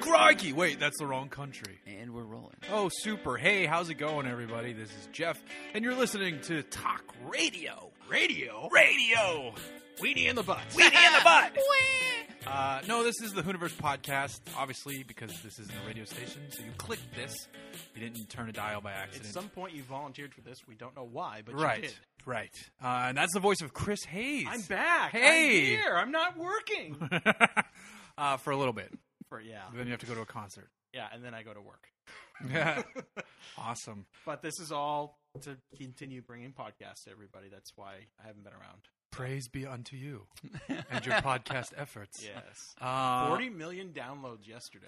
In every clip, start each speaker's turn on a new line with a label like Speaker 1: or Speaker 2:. Speaker 1: Crikey! Wait, that's the wrong country.
Speaker 2: And we're rolling.
Speaker 1: Oh, super. Hey, how's it going, everybody? This is Jeff, and you're listening to Talk Radio. Radio? Radio! Weenie in the butt. Weenie in the butt! uh, no, this is the Hooniverse podcast, obviously, because this isn't a radio station, so you clicked this. You didn't turn a dial by
Speaker 3: At
Speaker 1: accident.
Speaker 3: some point, you volunteered for this. We don't know why, but
Speaker 1: right,
Speaker 3: you did.
Speaker 1: right. Uh, and that's the voice of Chris Hayes.
Speaker 3: I'm back.
Speaker 1: Hey.
Speaker 3: I'm here. I'm not working.
Speaker 1: uh, for a little bit.
Speaker 3: For- yeah,
Speaker 1: Then you have to go to a concert.
Speaker 3: yeah, and then I go to work.
Speaker 1: awesome.
Speaker 3: But this is all to continue bringing podcasts to everybody. That's why I haven't been around.
Speaker 1: Praise be unto you and your podcast efforts.
Speaker 3: Yes,
Speaker 1: Uh,
Speaker 3: forty million downloads yesterday.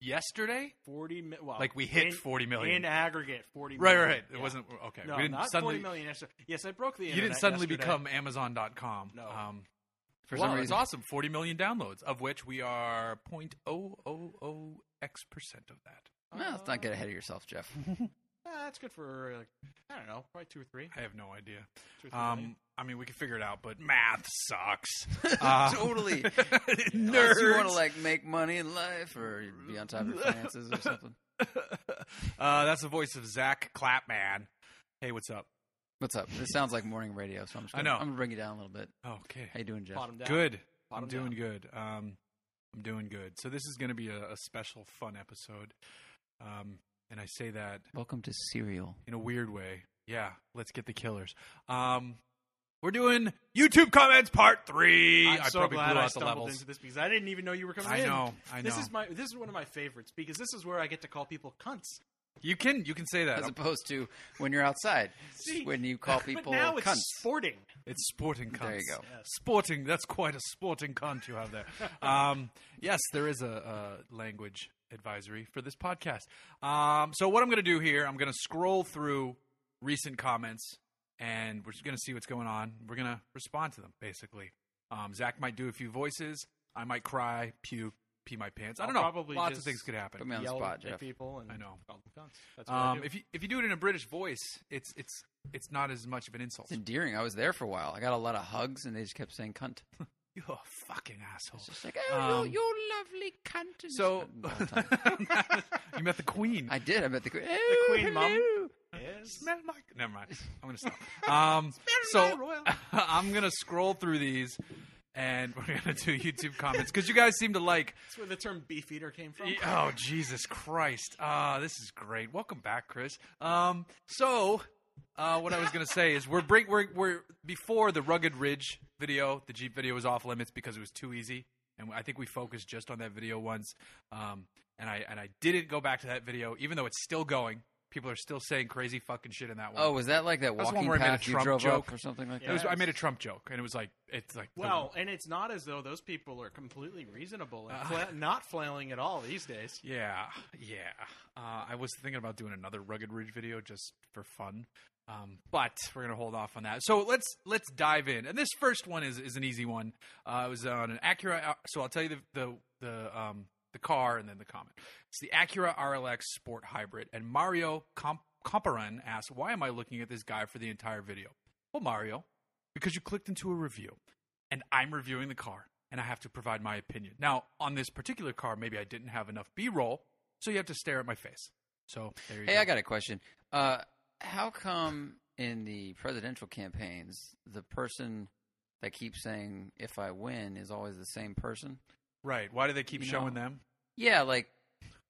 Speaker 1: yesterday?
Speaker 3: Forty, mi- well,
Speaker 1: Like we hit
Speaker 3: Oh, in-
Speaker 1: 40 million.
Speaker 3: in aggregate. Forty.
Speaker 1: Right,
Speaker 3: million.
Speaker 1: right. right. It
Speaker 3: Yeah.
Speaker 1: wasn't okay.
Speaker 3: No,
Speaker 1: we didn't
Speaker 3: not
Speaker 1: suddenly.
Speaker 3: forty million yesterday. Yes, I broke the.
Speaker 1: you didn't
Speaker 3: internet
Speaker 1: suddenly
Speaker 3: yesterday.
Speaker 1: become Amazon.com.
Speaker 3: No.
Speaker 1: Um,
Speaker 2: For
Speaker 1: wow,
Speaker 2: some
Speaker 1: that's
Speaker 2: reason,
Speaker 1: awesome. Forty million downloads, of which we are 0.000 x percent of that.
Speaker 2: no, let's not get ahead of yourself, Jeff.
Speaker 3: Uh, that's Uh, good for like, I don't know, probably two or three.
Speaker 1: I have no idea.
Speaker 3: Two or three million.
Speaker 1: Um, I mean, we can figure it out, but math sucks. Uh,
Speaker 2: Totally. Unless you want to
Speaker 1: nerds.
Speaker 2: like make money in life or be on top of your finances or something.
Speaker 1: uh, that's the voice of Zach Clapman. Hey, what's up?
Speaker 2: What's up? This sounds like morning radio, so I'm just
Speaker 1: I
Speaker 2: gonna,
Speaker 1: know.
Speaker 2: I'm gonna bring you down a little bit.
Speaker 1: Okay.
Speaker 2: How you doing, Jeff?
Speaker 3: Bottom down.
Speaker 1: Good. I'm
Speaker 3: Bottom
Speaker 1: doing
Speaker 3: down.
Speaker 1: good. Um, I'm doing good. So this is going to be a, a special, fun episode. Um, and I say that
Speaker 2: Welcome to Serial.
Speaker 1: in a weird way. Yeah, let's get the killers. Um, we're doing YouTube comments part three.
Speaker 3: I'm
Speaker 1: I
Speaker 3: so
Speaker 1: probably
Speaker 3: glad
Speaker 1: blew
Speaker 3: I
Speaker 1: out the
Speaker 3: stumbled
Speaker 1: levels.
Speaker 3: into this because I didn't even know you were coming
Speaker 1: I
Speaker 3: in.
Speaker 1: know. I know.
Speaker 3: This is my this is one of my favorites because this is where I get to call people cunts.
Speaker 1: you can you can say that.
Speaker 2: As
Speaker 1: I'm-
Speaker 2: opposed to when you're outside,
Speaker 3: See,
Speaker 2: when you call people
Speaker 3: but now
Speaker 2: cunts.
Speaker 3: it's sporting.
Speaker 1: It's sporting cunts.
Speaker 2: There you go.
Speaker 3: Yes.
Speaker 1: Sporting. That's quite a sporting cunt you have there. um, yes, there is a, a language advisory for this podcast. Um, so what I'm going to do here, I'm going to scroll through recent comments, and we're just going to see what's going on. We're going to respond to them, basically. Um, Zach might do a few voices. I might cry, puke, pee my pants. I don't
Speaker 3: I'll
Speaker 1: know.
Speaker 3: probably
Speaker 1: Lots of
Speaker 3: just-
Speaker 1: things could happen.
Speaker 2: Put me on the
Speaker 3: Yell
Speaker 2: spot,
Speaker 3: at
Speaker 2: Jeff.
Speaker 3: people and
Speaker 1: I know.
Speaker 3: call them cunts. That's what I
Speaker 1: Um,
Speaker 3: do.
Speaker 1: if you if you do it in a British voice, it's it's it's not as much of an insult.
Speaker 2: It's endearing. I was there for a while. I got a lot of hugs, and they just kept saying "cunt."
Speaker 1: You're a fucking asshole.
Speaker 2: It's just like, "Oh,
Speaker 1: Um,
Speaker 2: you're, you're lovely cunt." and-
Speaker 1: So
Speaker 2: all the time.
Speaker 1: you met the queen.
Speaker 2: I did. I met the queen. Oh,
Speaker 3: queen mum.
Speaker 2: hello.
Speaker 3: yes.
Speaker 1: Smell my. Never mind. I'm gonna stop. Um, so
Speaker 3: royal.
Speaker 1: I'm gonna scroll through these, and we're gonna do YouTube comments because you guys seem to like.
Speaker 3: that's where the term beef eater came from.
Speaker 1: Oh Jesus Christ! Ah, this is great. Welcome back, Chris. Um, so. Uh, what I was gonna say is we're bring we're we're before the rugged ridge video the Jeep video was off limits because it was too easy and I think we focused just on that video once um, and I and I didn't go back to that video even though it's still going people are still saying crazy fucking shit in that one.
Speaker 2: Oh, was that like that
Speaker 1: That's the one
Speaker 2: walking
Speaker 1: where I made a
Speaker 2: path you
Speaker 1: Trump
Speaker 2: drove
Speaker 1: joke.
Speaker 2: up or something like
Speaker 1: It
Speaker 2: that?
Speaker 1: was, I made a Trump joke, and it was like it's like the-
Speaker 3: Well, and it's not as though those people are completely reasonable
Speaker 1: Uh,
Speaker 3: and fla- not flailing at all these days.
Speaker 1: yeah, yeah. Uh, I was thinking about doing another Rugged Ridge video just for fun, um, but we're gonna hold off on that. So let's let's dive in, and this first one is is an easy one. Uh, it was on an Acura, uh, so I'll tell you the the the um the car and then the comment. It's the Acura RLX Sport Hybrid, and Mario Comp- Comparan asks, "Why am I looking at this guy for the entire video?" Well, Mario, because you clicked into a review. and I'm reviewing the car and I have to provide my opinion. Now, on this particular car, maybe I didn't have enough B roll, so you have to stare at my face. So there you
Speaker 2: Hey,
Speaker 1: go.
Speaker 2: I got a question. Uh, how come in the presidential campaigns, the person that keeps saying "if I win" is always the same person?
Speaker 1: right. Why do they keep
Speaker 2: You
Speaker 1: showing
Speaker 2: know.
Speaker 1: them?
Speaker 2: Yeah, like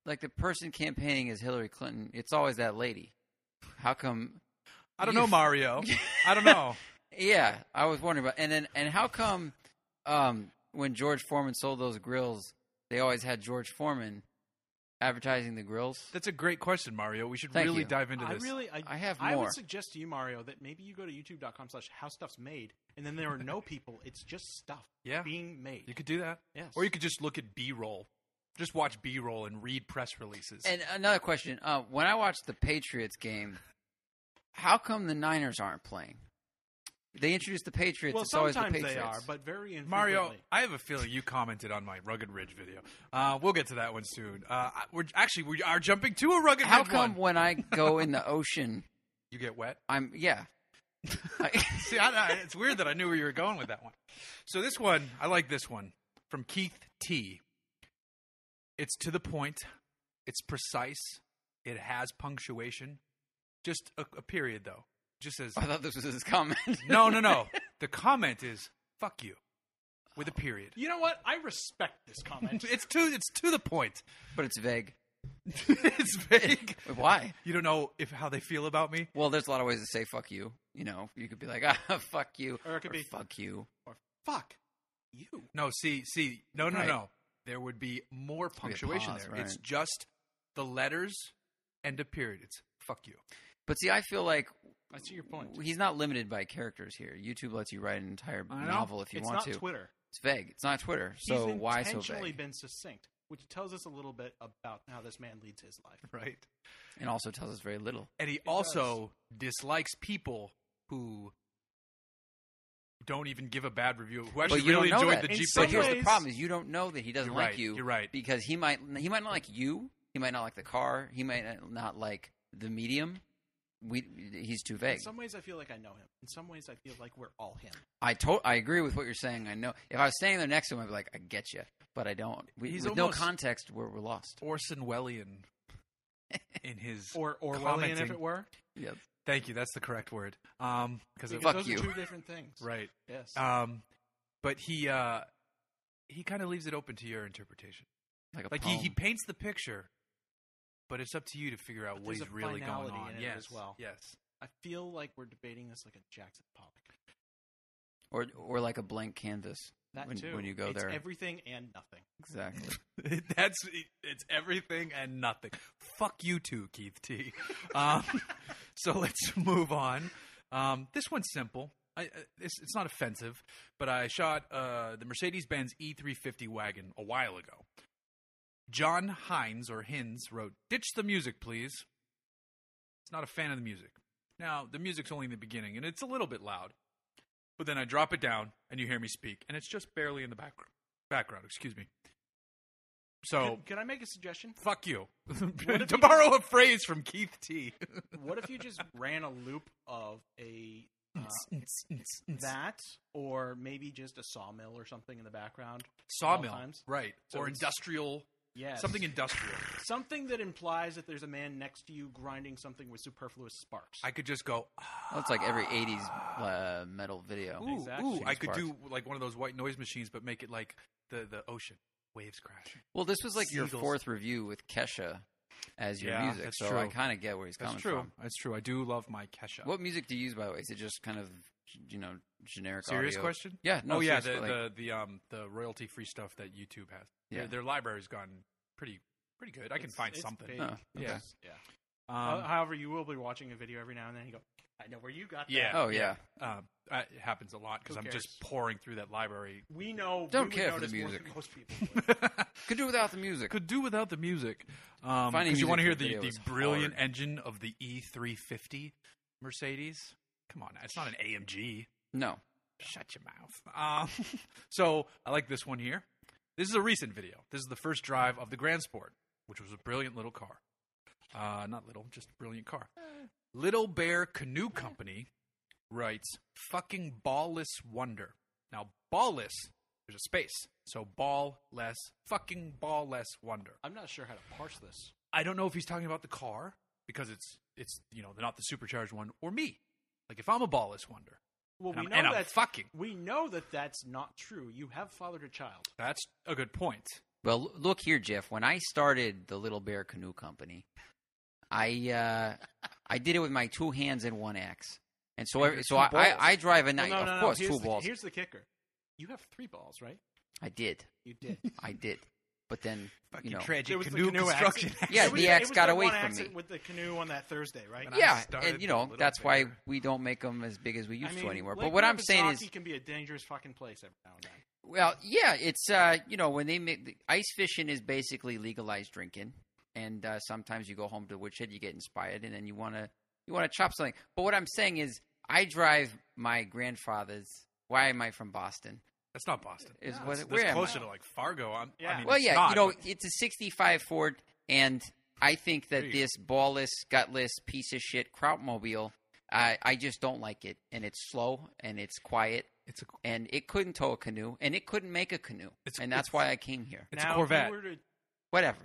Speaker 2: like the person campaigning is Hillary Clinton. It's always that lady. How come?
Speaker 1: I don't
Speaker 2: You-
Speaker 1: know, Mario. I don't know.
Speaker 2: Yeah, I was wondering about. And then and how come um, when George Foreman sold those grills, they always had George Foreman advertising the grills?
Speaker 1: That's a great question, Mario. We should
Speaker 2: Thank
Speaker 1: really
Speaker 2: you.
Speaker 1: dive into
Speaker 3: I
Speaker 1: this.
Speaker 3: really, I,
Speaker 2: I have
Speaker 3: I
Speaker 2: more.
Speaker 3: would suggest to you, Mario, that maybe you go to youtube.com slash how stuff's made, and then there are no people. It's just stuff
Speaker 1: Yeah.
Speaker 3: being made.
Speaker 1: you could do that.
Speaker 3: Yes.
Speaker 1: Or you could just look at B roll. Just watch B roll and read press releases.
Speaker 2: And another question: uh, When I watched the Patriots game, how come the Niners aren't playing? They introduced the Patriots.
Speaker 3: well,
Speaker 2: it's always the
Speaker 3: sometimes
Speaker 2: Patriots.
Speaker 3: they are, but very infrequently.
Speaker 1: Mario, I have a feeling you commented on my Rugged Ridge video. Uh, we'll get to that one soon. Uh, I- we're actually we are jumping to a Rugged
Speaker 2: how
Speaker 1: Ridge
Speaker 2: come
Speaker 1: one.
Speaker 2: when I go in the ocean,
Speaker 1: You get wet.
Speaker 2: I'm yeah. I-
Speaker 1: See, I, I, it's weird that I knew where you were going with that one. So this one, I like this one from Keith T. It's to the point. It's precise. It has punctuation. Just a, a period though. Just says
Speaker 2: I thought this was his comment.
Speaker 1: no, no, no. The comment is "fuck you" with a period.
Speaker 3: You know what? I respect this comment.
Speaker 1: It's to it's to the point.
Speaker 2: but it's vague.
Speaker 1: it's vague.
Speaker 2: Why?
Speaker 1: You don't know if how they feel about me.
Speaker 2: Well, there's a lot of ways to say "fuck you." You know, you could be like, "Ah, fuck you,"
Speaker 3: Or it could be-
Speaker 2: "fuck you."
Speaker 3: Or, Fuck you.
Speaker 1: No, see, see, no, no,
Speaker 2: Right.
Speaker 1: no. There would be more
Speaker 2: be a
Speaker 1: punctuation
Speaker 2: pause,
Speaker 1: there.
Speaker 2: right.
Speaker 1: It's just the letters and a period. It's "fuck you."
Speaker 2: But see, I feel like
Speaker 3: I see your point.
Speaker 2: he's not limited by characters here. YouTube lets you write an entire
Speaker 1: I know.
Speaker 2: novel if you
Speaker 3: it's
Speaker 2: want
Speaker 3: not
Speaker 2: to.
Speaker 3: Twitter.
Speaker 2: it's vague. It's not Twitter. So
Speaker 3: He's
Speaker 2: why so
Speaker 3: intentionally
Speaker 2: vague?
Speaker 3: been succinct, which tells us a little bit about how this man leads his life.
Speaker 1: Right.
Speaker 2: and also tells us very little.
Speaker 1: And he also dislikes people who don't even give a bad review. Who actually
Speaker 2: but you
Speaker 1: really
Speaker 2: don't know
Speaker 1: enjoyed
Speaker 2: that.
Speaker 1: the
Speaker 3: In
Speaker 1: Jeep.
Speaker 3: some
Speaker 2: but
Speaker 1: Dodge.
Speaker 2: here's the
Speaker 3: ways-
Speaker 2: problem: is you don't know that he doesn't
Speaker 1: You're
Speaker 2: like
Speaker 1: right,
Speaker 2: you.
Speaker 1: you're right.
Speaker 2: Because he might he might not like you. He might not like the car. He might not like the medium. We he's too
Speaker 3: In
Speaker 2: vague.
Speaker 3: some ways, I feel like I know him. In some ways, I feel like we're all him.
Speaker 2: I to- I agree with what you're saying. I know if I was standing there next to him, I'd be like, I get you, but I don't. We,
Speaker 1: He's
Speaker 2: with
Speaker 1: almost-
Speaker 2: no context, we're, we're lost.
Speaker 1: Orson Wellian in his.
Speaker 3: Or Orwellian, if
Speaker 1: Commenting.
Speaker 3: it were.
Speaker 2: Yeah,
Speaker 1: thank you. That's the correct word. Um, because it
Speaker 2: Fuck
Speaker 3: those
Speaker 2: you.
Speaker 3: are two different things.
Speaker 1: right.
Speaker 3: Yes.
Speaker 1: Um, but he uh, he kind of leaves it open to your interpretation.
Speaker 2: like a
Speaker 1: Like he, he
Speaker 3: Oh.
Speaker 2: poem.
Speaker 1: paints the picture, but it's up to you to figure out
Speaker 3: But
Speaker 1: what he's
Speaker 3: there's a
Speaker 1: really going
Speaker 3: finality
Speaker 1: on.
Speaker 3: in it
Speaker 1: yes,
Speaker 3: as well.
Speaker 1: yes.
Speaker 3: I feel like we're debating this like a Jackson Pollock.
Speaker 2: or or like a blank canvas.
Speaker 3: That
Speaker 2: When-
Speaker 3: too.
Speaker 2: when you go
Speaker 3: it's
Speaker 2: there.
Speaker 3: everything and nothing.
Speaker 2: Exactly.
Speaker 1: That's it's everything and nothing. Fuck you too, Keith T. Um, so let's move on. Um, this one's simple. I, I- it's, it's not offensive, but I shot uh, the Mercedes Benz E350 wagon a while ago. John Hines or Hines wrote, "Ditch the music, please." It's not a fan of the music. Now the music's only in the beginning, and it's a little bit loud. But then I drop it down, and you hear me speak, and it's just barely in the background. Background, excuse me. So
Speaker 3: Could, could I make a suggestion?
Speaker 1: Fuck you.
Speaker 3: What if
Speaker 1: to
Speaker 3: he
Speaker 1: borrow a phrase from Keith T.
Speaker 3: What if you just ran a loop of a uh, that, or maybe just a sawmill or something in the background?
Speaker 1: Sawmill.
Speaker 3: At all times.
Speaker 1: Right.
Speaker 3: So
Speaker 1: or
Speaker 3: it's-
Speaker 1: industrial.
Speaker 3: Yes.
Speaker 1: Something industrial.
Speaker 3: Something that implies that there's a man next to you grinding something with superfluous sparks.
Speaker 1: I could just go, "Ah,
Speaker 2: That's like every '80s uh, metal video.
Speaker 1: ooh,
Speaker 3: Exactly.
Speaker 1: ooh. I could
Speaker 2: Sparks.
Speaker 1: do like one of those white noise machines, but make it like the, the ocean. Waves crashing.
Speaker 2: Well, this was like your
Speaker 1: Seagulls.
Speaker 2: fourth review with Kesha as your
Speaker 1: Yeah,
Speaker 2: music,
Speaker 1: that's
Speaker 2: so
Speaker 1: true.
Speaker 2: I kind of get where he's
Speaker 1: That's
Speaker 2: coming
Speaker 1: true.
Speaker 2: from.
Speaker 1: That's true. I do love my Kesha.
Speaker 2: What music do you use, by the way? Is it just kind of you know generic?
Speaker 1: Serious
Speaker 2: audio?
Speaker 1: question?
Speaker 2: Yeah. No,
Speaker 1: oh yeah, the,
Speaker 2: serious, like-
Speaker 1: the the um the royalty free stuff that YouTube has.
Speaker 2: Yeah. Oh,
Speaker 1: Their, their library's gone pretty pretty good. I can
Speaker 3: It's-
Speaker 1: find
Speaker 3: it's
Speaker 1: something.
Speaker 3: big.
Speaker 2: Oh,
Speaker 1: okay.
Speaker 3: It's- yeah.
Speaker 1: Um,
Speaker 3: Ho- However, you will be watching a video every now and then. You go, I know where you got that.
Speaker 1: Yeah.
Speaker 2: Oh yeah.
Speaker 1: um, uh, it happens a lot because
Speaker 3: Who
Speaker 1: I'm just
Speaker 3: cares?
Speaker 1: pouring through that library.
Speaker 3: We know.
Speaker 2: Don't
Speaker 3: we would
Speaker 2: care for
Speaker 3: notice
Speaker 2: the
Speaker 3: more
Speaker 2: music.
Speaker 3: than most people. would.
Speaker 2: Could do without the music.
Speaker 1: Could do without the music. Um,
Speaker 2: Finding
Speaker 1: 'cause you
Speaker 2: music
Speaker 1: want to
Speaker 2: for
Speaker 1: hear
Speaker 2: a
Speaker 1: the,
Speaker 2: video
Speaker 1: the
Speaker 2: is
Speaker 1: brilliant
Speaker 2: hard.
Speaker 1: engine of the E350 Mercedes. Come on, it's not an AMG.
Speaker 2: No.
Speaker 1: Shut your mouth. Um, so I like this one here. This is a recent video. This is the first drive of the Grand Sport, which was a brilliant little car. Uh, not little, just brilliant car. Little Bear Canoe Company writes, "Fucking ballless wonder." Now ballless, there's a space, so ballless, fucking ballless wonder.
Speaker 3: I'm not sure how to parse this.
Speaker 1: I don't know if he's talking about the car because it's it's you know not the supercharged one or me. Like if I'm a ballless wonder,
Speaker 3: Well,
Speaker 1: And
Speaker 3: we
Speaker 1: I'm-
Speaker 3: know
Speaker 1: and I'm
Speaker 3: that's
Speaker 1: fucking.
Speaker 3: We know that that's not true. You have fathered a child.
Speaker 1: that's a good point.
Speaker 2: Well, l- look here, Jeff. When I started the Little Bear Canoe Company, I uh, I did it with my two hands and one axe, and so I, so I,
Speaker 1: two
Speaker 2: I
Speaker 1: balls.
Speaker 2: I drive a night.
Speaker 3: Well, no,
Speaker 2: of
Speaker 3: no, no.
Speaker 2: course,
Speaker 3: Here's
Speaker 2: two
Speaker 3: the,
Speaker 2: balls.
Speaker 3: Here's the kicker. You have three balls, right?
Speaker 2: I did.
Speaker 3: You did.
Speaker 2: I did. But then you know,
Speaker 3: There
Speaker 1: tragic
Speaker 3: was the canoe canoe construction
Speaker 2: Yeah,
Speaker 3: It was-
Speaker 2: the
Speaker 3: it
Speaker 2: axe
Speaker 3: was
Speaker 2: got
Speaker 3: that
Speaker 2: away
Speaker 3: one
Speaker 2: from
Speaker 3: accident
Speaker 2: me.
Speaker 3: With the canoe on that Thursday, right?
Speaker 1: And I
Speaker 2: yeah,
Speaker 1: started
Speaker 2: and you
Speaker 1: the
Speaker 2: know
Speaker 1: Little
Speaker 2: that's why
Speaker 1: Bear.
Speaker 2: we don't make them as big as we used
Speaker 3: I mean,
Speaker 2: to anymore.
Speaker 3: Lake
Speaker 2: but what I'm saying
Speaker 3: Winnipesaukee
Speaker 2: is,
Speaker 3: can be a dangerous fucking place every now and then.
Speaker 2: Well, yeah, it's uh, you know when they make the, ice fishing is basically legalized drinking, and uh, sometimes you go home to woodshed, you get inspired, and then you want to you want to chop something. But what I'm saying is, I drive my grandfather's. Why am I from Boston?
Speaker 1: That's not Boston.
Speaker 2: Is
Speaker 3: No,
Speaker 2: what
Speaker 3: it's-
Speaker 2: where
Speaker 1: That's
Speaker 2: am I?
Speaker 1: closer to like Fargo. I'm, I
Speaker 3: Yeah.
Speaker 1: mean,
Speaker 2: Well,
Speaker 1: it's
Speaker 2: yeah,
Speaker 1: not,
Speaker 2: you know
Speaker 1: but
Speaker 2: it's a '65 Ford, and I think
Speaker 1: There
Speaker 2: that
Speaker 1: you
Speaker 2: this ballless, gutless piece of shit Krautmobile, I I just don't like it, and it's slow and it's quiet.
Speaker 1: it's a
Speaker 2: And it couldn't tow a canoe, and it couldn't make a canoe,
Speaker 1: It's-
Speaker 2: and that's
Speaker 1: it's-
Speaker 2: why I came here.
Speaker 1: it's
Speaker 3: now,
Speaker 1: a Corvette.
Speaker 3: If you were to
Speaker 2: Whatever.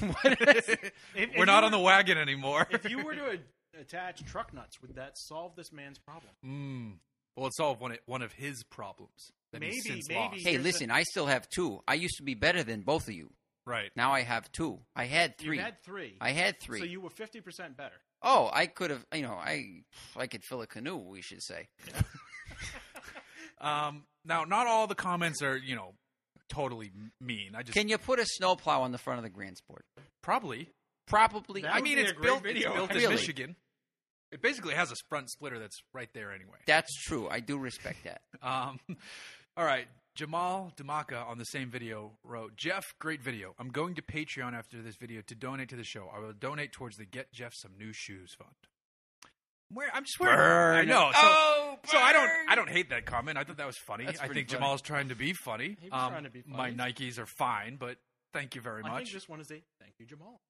Speaker 2: What-
Speaker 3: If- if
Speaker 1: We're
Speaker 3: you
Speaker 1: not
Speaker 3: were-
Speaker 1: on the wagon anymore.
Speaker 3: If you were to a- attach truck nuts, would that solve this man's problem?
Speaker 1: Mm. Well, it solved one, one of his problems. That he's
Speaker 3: Maybe-
Speaker 1: since
Speaker 3: maybe-
Speaker 1: lost.
Speaker 2: hey,
Speaker 3: Here's a-
Speaker 2: listen, I still have two. I used to be better than both of you.
Speaker 1: Right.
Speaker 2: Now I have two. I had three.
Speaker 3: You had three.
Speaker 2: I had three.
Speaker 3: So you were fifty percent better.
Speaker 2: oh, I could have. You know, I I could fill a canoe. We should say.
Speaker 1: Um, now, not all the comments are, you know, totally m- mean. I just
Speaker 2: Can you put a snowplow on the front of the Grand Sport?
Speaker 1: probably.
Speaker 2: Probably.
Speaker 3: That
Speaker 1: I
Speaker 3: would
Speaker 1: mean,
Speaker 3: be a
Speaker 1: it's
Speaker 3: great
Speaker 1: built, it's
Speaker 3: video.
Speaker 1: built in
Speaker 2: Really?
Speaker 1: Michigan. It basically has a front splitter that's right there anyway.
Speaker 2: That's true. I do respect that.
Speaker 1: Um, all right. Jamal Damaka on the same video wrote, Jeff, great video. I'm going to Patreon after this video to donate to the show. I will donate towards the Get Jeff Some New Shoes Fund. Where I'm just wearing I know. So,
Speaker 2: oh,
Speaker 1: so I don't
Speaker 2: burn!
Speaker 1: I don't hate that comment. I thought that was funny.
Speaker 2: That's
Speaker 1: I
Speaker 2: pretty
Speaker 1: think
Speaker 2: funny.
Speaker 1: Jamal's trying to be funny. Um,
Speaker 3: He was trying to be funny.
Speaker 1: My Nikes are fine, but thank you very
Speaker 3: I
Speaker 1: much.
Speaker 3: think this one is a thank you, Jamal.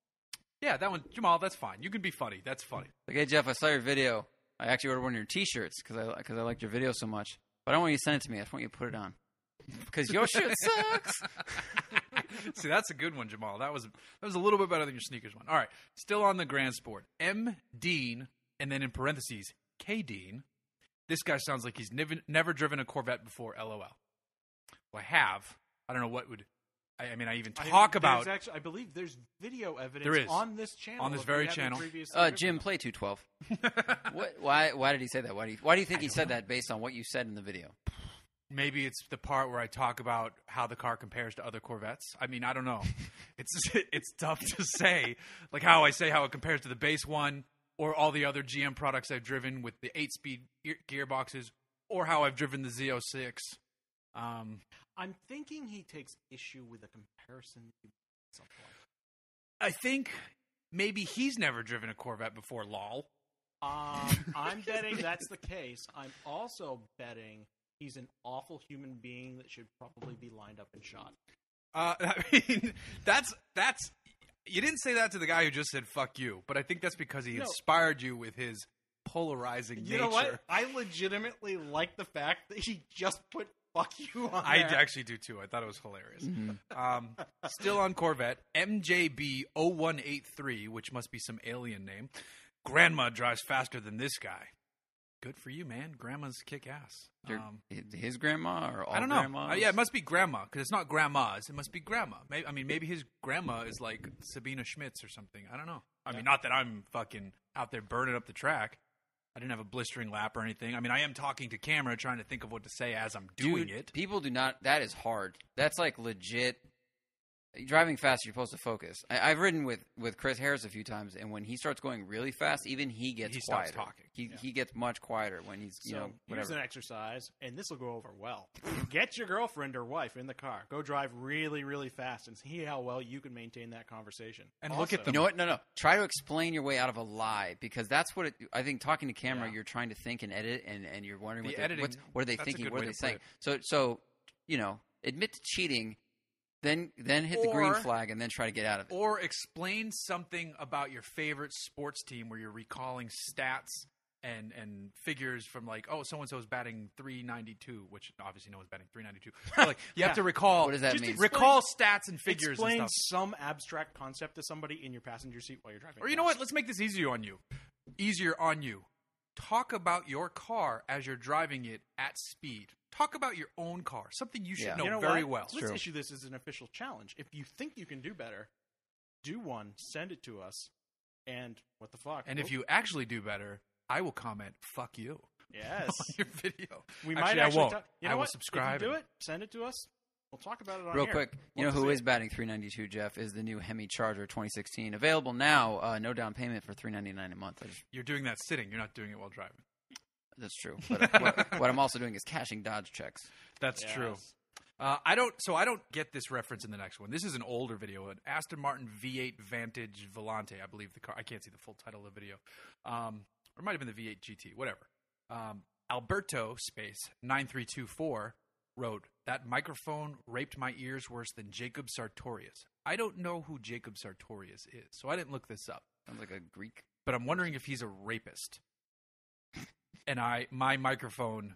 Speaker 1: yeah, that one Jamal, that's fine. You can be funny. That's funny.
Speaker 2: Like, hey, Jeff, I saw your video. I actually ordered one of your T-shirts because I because I liked your video so much. But I don't want you to send it to me. I just want you to put it on because your shirt sucks.
Speaker 1: See, that's a good one, Jamal. That was that was a little bit better than your sneakers one. All right, still on the grand sport. M Dean, and then in parentheses K Dean. This guy sounds like he's never, never driven a Corvette before. LOL. Well, I have. I don't know what would. I, I mean, I even
Speaker 3: I-
Speaker 1: talk
Speaker 3: there's
Speaker 1: about
Speaker 3: Actually, I believe there's video evidence
Speaker 1: There is.
Speaker 3: on this channel
Speaker 1: On this
Speaker 3: of me
Speaker 1: very
Speaker 3: having
Speaker 1: channel.
Speaker 3: previously
Speaker 2: Uh,
Speaker 3: written
Speaker 2: Jim,
Speaker 3: them.
Speaker 2: play two twelve. What? Why? Why did he say that? Why do you? Why do you think he said that based on what you said in the video?
Speaker 1: maybe it's the part where I talk about how the car compares to other Corvettes. I mean, I don't know. it's it's tough to say, like how I say how it compares to the base one or all the other GM products I've driven with the eight speed gear- gearboxes, or how I've driven the Z06. Um,
Speaker 3: I'm thinking he takes issue with a comparison. you made at some point.
Speaker 1: I think maybe he's never driven a Corvette before. Lol.
Speaker 3: Um, I'm betting that's the case. I'm also betting he's an awful human being that should probably be lined up and shot.
Speaker 1: Uh, I mean, that's that's. You didn't say that to the guy who just said "fuck you," but I think that's because he
Speaker 3: No.
Speaker 1: inspired you with his polarizing
Speaker 3: You
Speaker 1: nature.
Speaker 3: know what? I legitimately like the fact that he just put "fuck you" on
Speaker 1: I
Speaker 3: there.
Speaker 1: actually do too. I thought it was hilarious. Um, still on Corvette, MJB0183, which must be some alien name. Grandma drives faster than this guy. Good for you, man. Grandmas kick ass.
Speaker 2: Your-
Speaker 1: Um,
Speaker 2: his grandma or all
Speaker 1: I don't know.
Speaker 2: grandmas?
Speaker 1: Uh, yeah, it must be grandma because it's not grandmas. It must be grandma. Maybe, I mean, maybe his grandma is like Sabina Schmitz or something. I don't know. I mean, not that I'm fucking out there burning up the track. I didn't have a blistering lap or anything. I mean, I am talking to camera, trying to think of what to say as I'm doing
Speaker 2: Dude,
Speaker 1: it.
Speaker 2: People do not. That is hard. That's like legit. Driving fast, you're supposed to focus. I, I've ridden with with Chris Harris a few times, and when he starts going really fast, even he gets
Speaker 1: He
Speaker 2: quieter.
Speaker 1: stops talking.
Speaker 2: He
Speaker 3: Yeah.
Speaker 2: he gets much quieter when he's you
Speaker 3: So
Speaker 2: know
Speaker 3: here's
Speaker 2: whatever.
Speaker 3: an exercise, and this will go over well. Get your girlfriend or wife in the car. Go drive really, really fast, and see how well you can maintain that conversation.
Speaker 1: And look at
Speaker 3: Also-
Speaker 1: the
Speaker 2: You know what? No, no. Try to explain your way out of a lie because that's what it, I think. Talking to camera,
Speaker 3: Yeah.
Speaker 2: you're trying to think and edit, and, and you're wondering
Speaker 1: The
Speaker 2: what, they, what's,
Speaker 1: editing,
Speaker 2: what are they
Speaker 1: that's a
Speaker 2: thinking,
Speaker 1: good
Speaker 2: what
Speaker 1: way
Speaker 2: are they
Speaker 1: to put
Speaker 2: saying.
Speaker 1: it.
Speaker 2: So, so you know, admit to cheating, then then hit the green
Speaker 1: Or-
Speaker 2: flag, and then try to get out of it.
Speaker 1: or explain something about your favorite sports team where you're recalling stats and and figures from like oh so and so is batting 392 which obviously no one's batting 392 But, like you
Speaker 3: Yeah.
Speaker 1: have to recall
Speaker 2: What does that
Speaker 3: Just
Speaker 2: mean?
Speaker 3: explain-
Speaker 1: recall stats and figures
Speaker 3: Explain
Speaker 1: and stuff
Speaker 3: some abstract concept to somebody in your passenger seat while you're driving.
Speaker 1: or you know what let's make this easier on you easier on you talk about your car as you're driving it at speed talk about your own car something you should
Speaker 2: Yeah.
Speaker 1: know,
Speaker 3: You know
Speaker 1: very
Speaker 3: what?
Speaker 1: well
Speaker 3: Let's
Speaker 2: True.
Speaker 3: issue this as an official challenge. If you think you can do better, do one. Send it to us. And what the fuck? Oh,
Speaker 1: and if you actually do better i will comment fuck you
Speaker 3: yes,
Speaker 1: on your video Actually,
Speaker 3: we might
Speaker 1: I
Speaker 3: actually.
Speaker 1: won't.
Speaker 3: talk- you know
Speaker 1: I will
Speaker 3: what?
Speaker 1: subscribe
Speaker 3: If you do
Speaker 1: and-
Speaker 3: it, send it to us. We'll talk about it on
Speaker 2: Real
Speaker 3: air.
Speaker 2: quick, you know
Speaker 3: Want to
Speaker 2: who
Speaker 3: see
Speaker 2: is
Speaker 3: it.
Speaker 2: batting 392? Jeff is the new Hemi Charger 2016, available now. Uh, no down payment for 399 a month. I just-
Speaker 1: you're doing that sitting you're not doing it while driving
Speaker 2: That's true. But uh, what, what I'm also doing is cashing Dodge checks.
Speaker 1: That's true.
Speaker 3: Yes.
Speaker 1: Uh, I don't. So I don't get this reference in the next one. This is an older video, an Aston Martin V8 Vantage Volante, I believe the car. I can't see the full title of the video. Um, or it might have been the V8 GT, whatever. Um, Alberto space nine three two four wrote that microphone raped my ears worse than Jacob Sartorius. I don't know who Jacob Sartorius is, so I didn't look this up.
Speaker 2: Sounds like a Greek.
Speaker 1: But I'm wondering if he's a rapist. and I, my microphone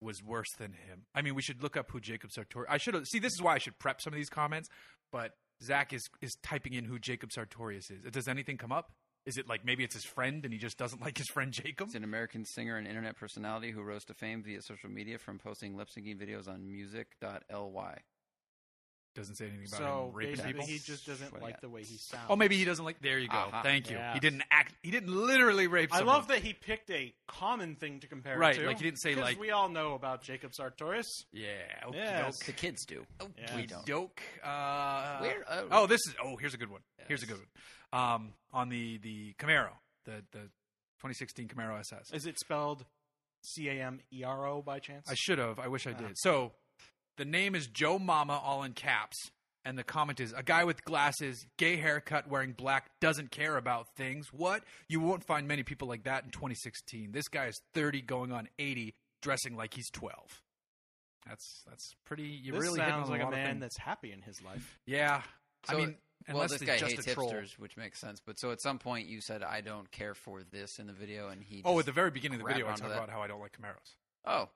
Speaker 1: was worse than him. I mean, we should look up who Jacob Sartorius. I should have see. This is why I should prep some of these comments, but Zach is is typing in who Jacob Sartorius is. Does anything come up? Is it like maybe it's his friend and he just doesn't like his friend Jacob?
Speaker 2: He's an American singer and internet personality who rose to fame via social media from posting lip syncing videos on music.ly.
Speaker 1: Doesn't say anything about
Speaker 3: So
Speaker 1: him raping
Speaker 3: basically,
Speaker 1: people.
Speaker 3: he just doesn't
Speaker 2: What do you
Speaker 3: like
Speaker 2: got?
Speaker 3: the way he sounds.
Speaker 1: Oh, maybe he doesn't like. There you go.
Speaker 2: Aha.
Speaker 1: Thank you.
Speaker 3: Yeah.
Speaker 1: He didn't act. He didn't literally rape.
Speaker 3: I
Speaker 1: someone.
Speaker 3: love that he picked a common thing to compare it
Speaker 1: Right,
Speaker 3: to.
Speaker 1: like he didn't say,
Speaker 3: 'cause
Speaker 1: like-
Speaker 3: we all know about Jacob Sartorius.
Speaker 1: Yeah. Okey
Speaker 3: Yes.
Speaker 2: The kids do.
Speaker 3: Yeah.
Speaker 2: We don't.
Speaker 1: Doke. Oh, Uh,
Speaker 2: Where? Uh,
Speaker 1: Oh, this is. Oh, here's a good one. Here's a
Speaker 2: Yes.
Speaker 1: good one. Um, on the the Camaro, the the 2016 Camaro SS.
Speaker 3: Is it spelled C A M E R O by chance?
Speaker 1: I should have. I wish I
Speaker 3: Ah.
Speaker 2: Uh-huh.
Speaker 1: did. So, the name is Joe Mama, all in caps, and the comment is: a guy with glasses, gay haircut, wearing black, doesn't care about things. What? You won't find many people like that in 2016. This guy is 30, going on 80, dressing like he's 12. That's that's pretty. You
Speaker 3: this
Speaker 1: really hit
Speaker 3: sounds
Speaker 1: on
Speaker 3: like
Speaker 1: a,
Speaker 3: a
Speaker 1: lot of
Speaker 3: man
Speaker 1: things.
Speaker 3: that's happy in his life.
Speaker 1: Yeah, I
Speaker 2: So-
Speaker 1: mean,
Speaker 2: well,
Speaker 1: unless
Speaker 2: this
Speaker 1: they're
Speaker 2: guy
Speaker 1: just
Speaker 2: hates
Speaker 1: a troll.
Speaker 2: hipsters, which makes sense. But so at some point you said, "I don't care for this" in the video, and he.
Speaker 1: Oh, at
Speaker 2: just-
Speaker 1: the very beginning of the
Speaker 2: grab
Speaker 1: video, I
Speaker 2: onto
Speaker 1: talk
Speaker 2: that.
Speaker 1: about how I don't like Camaros.
Speaker 2: oh,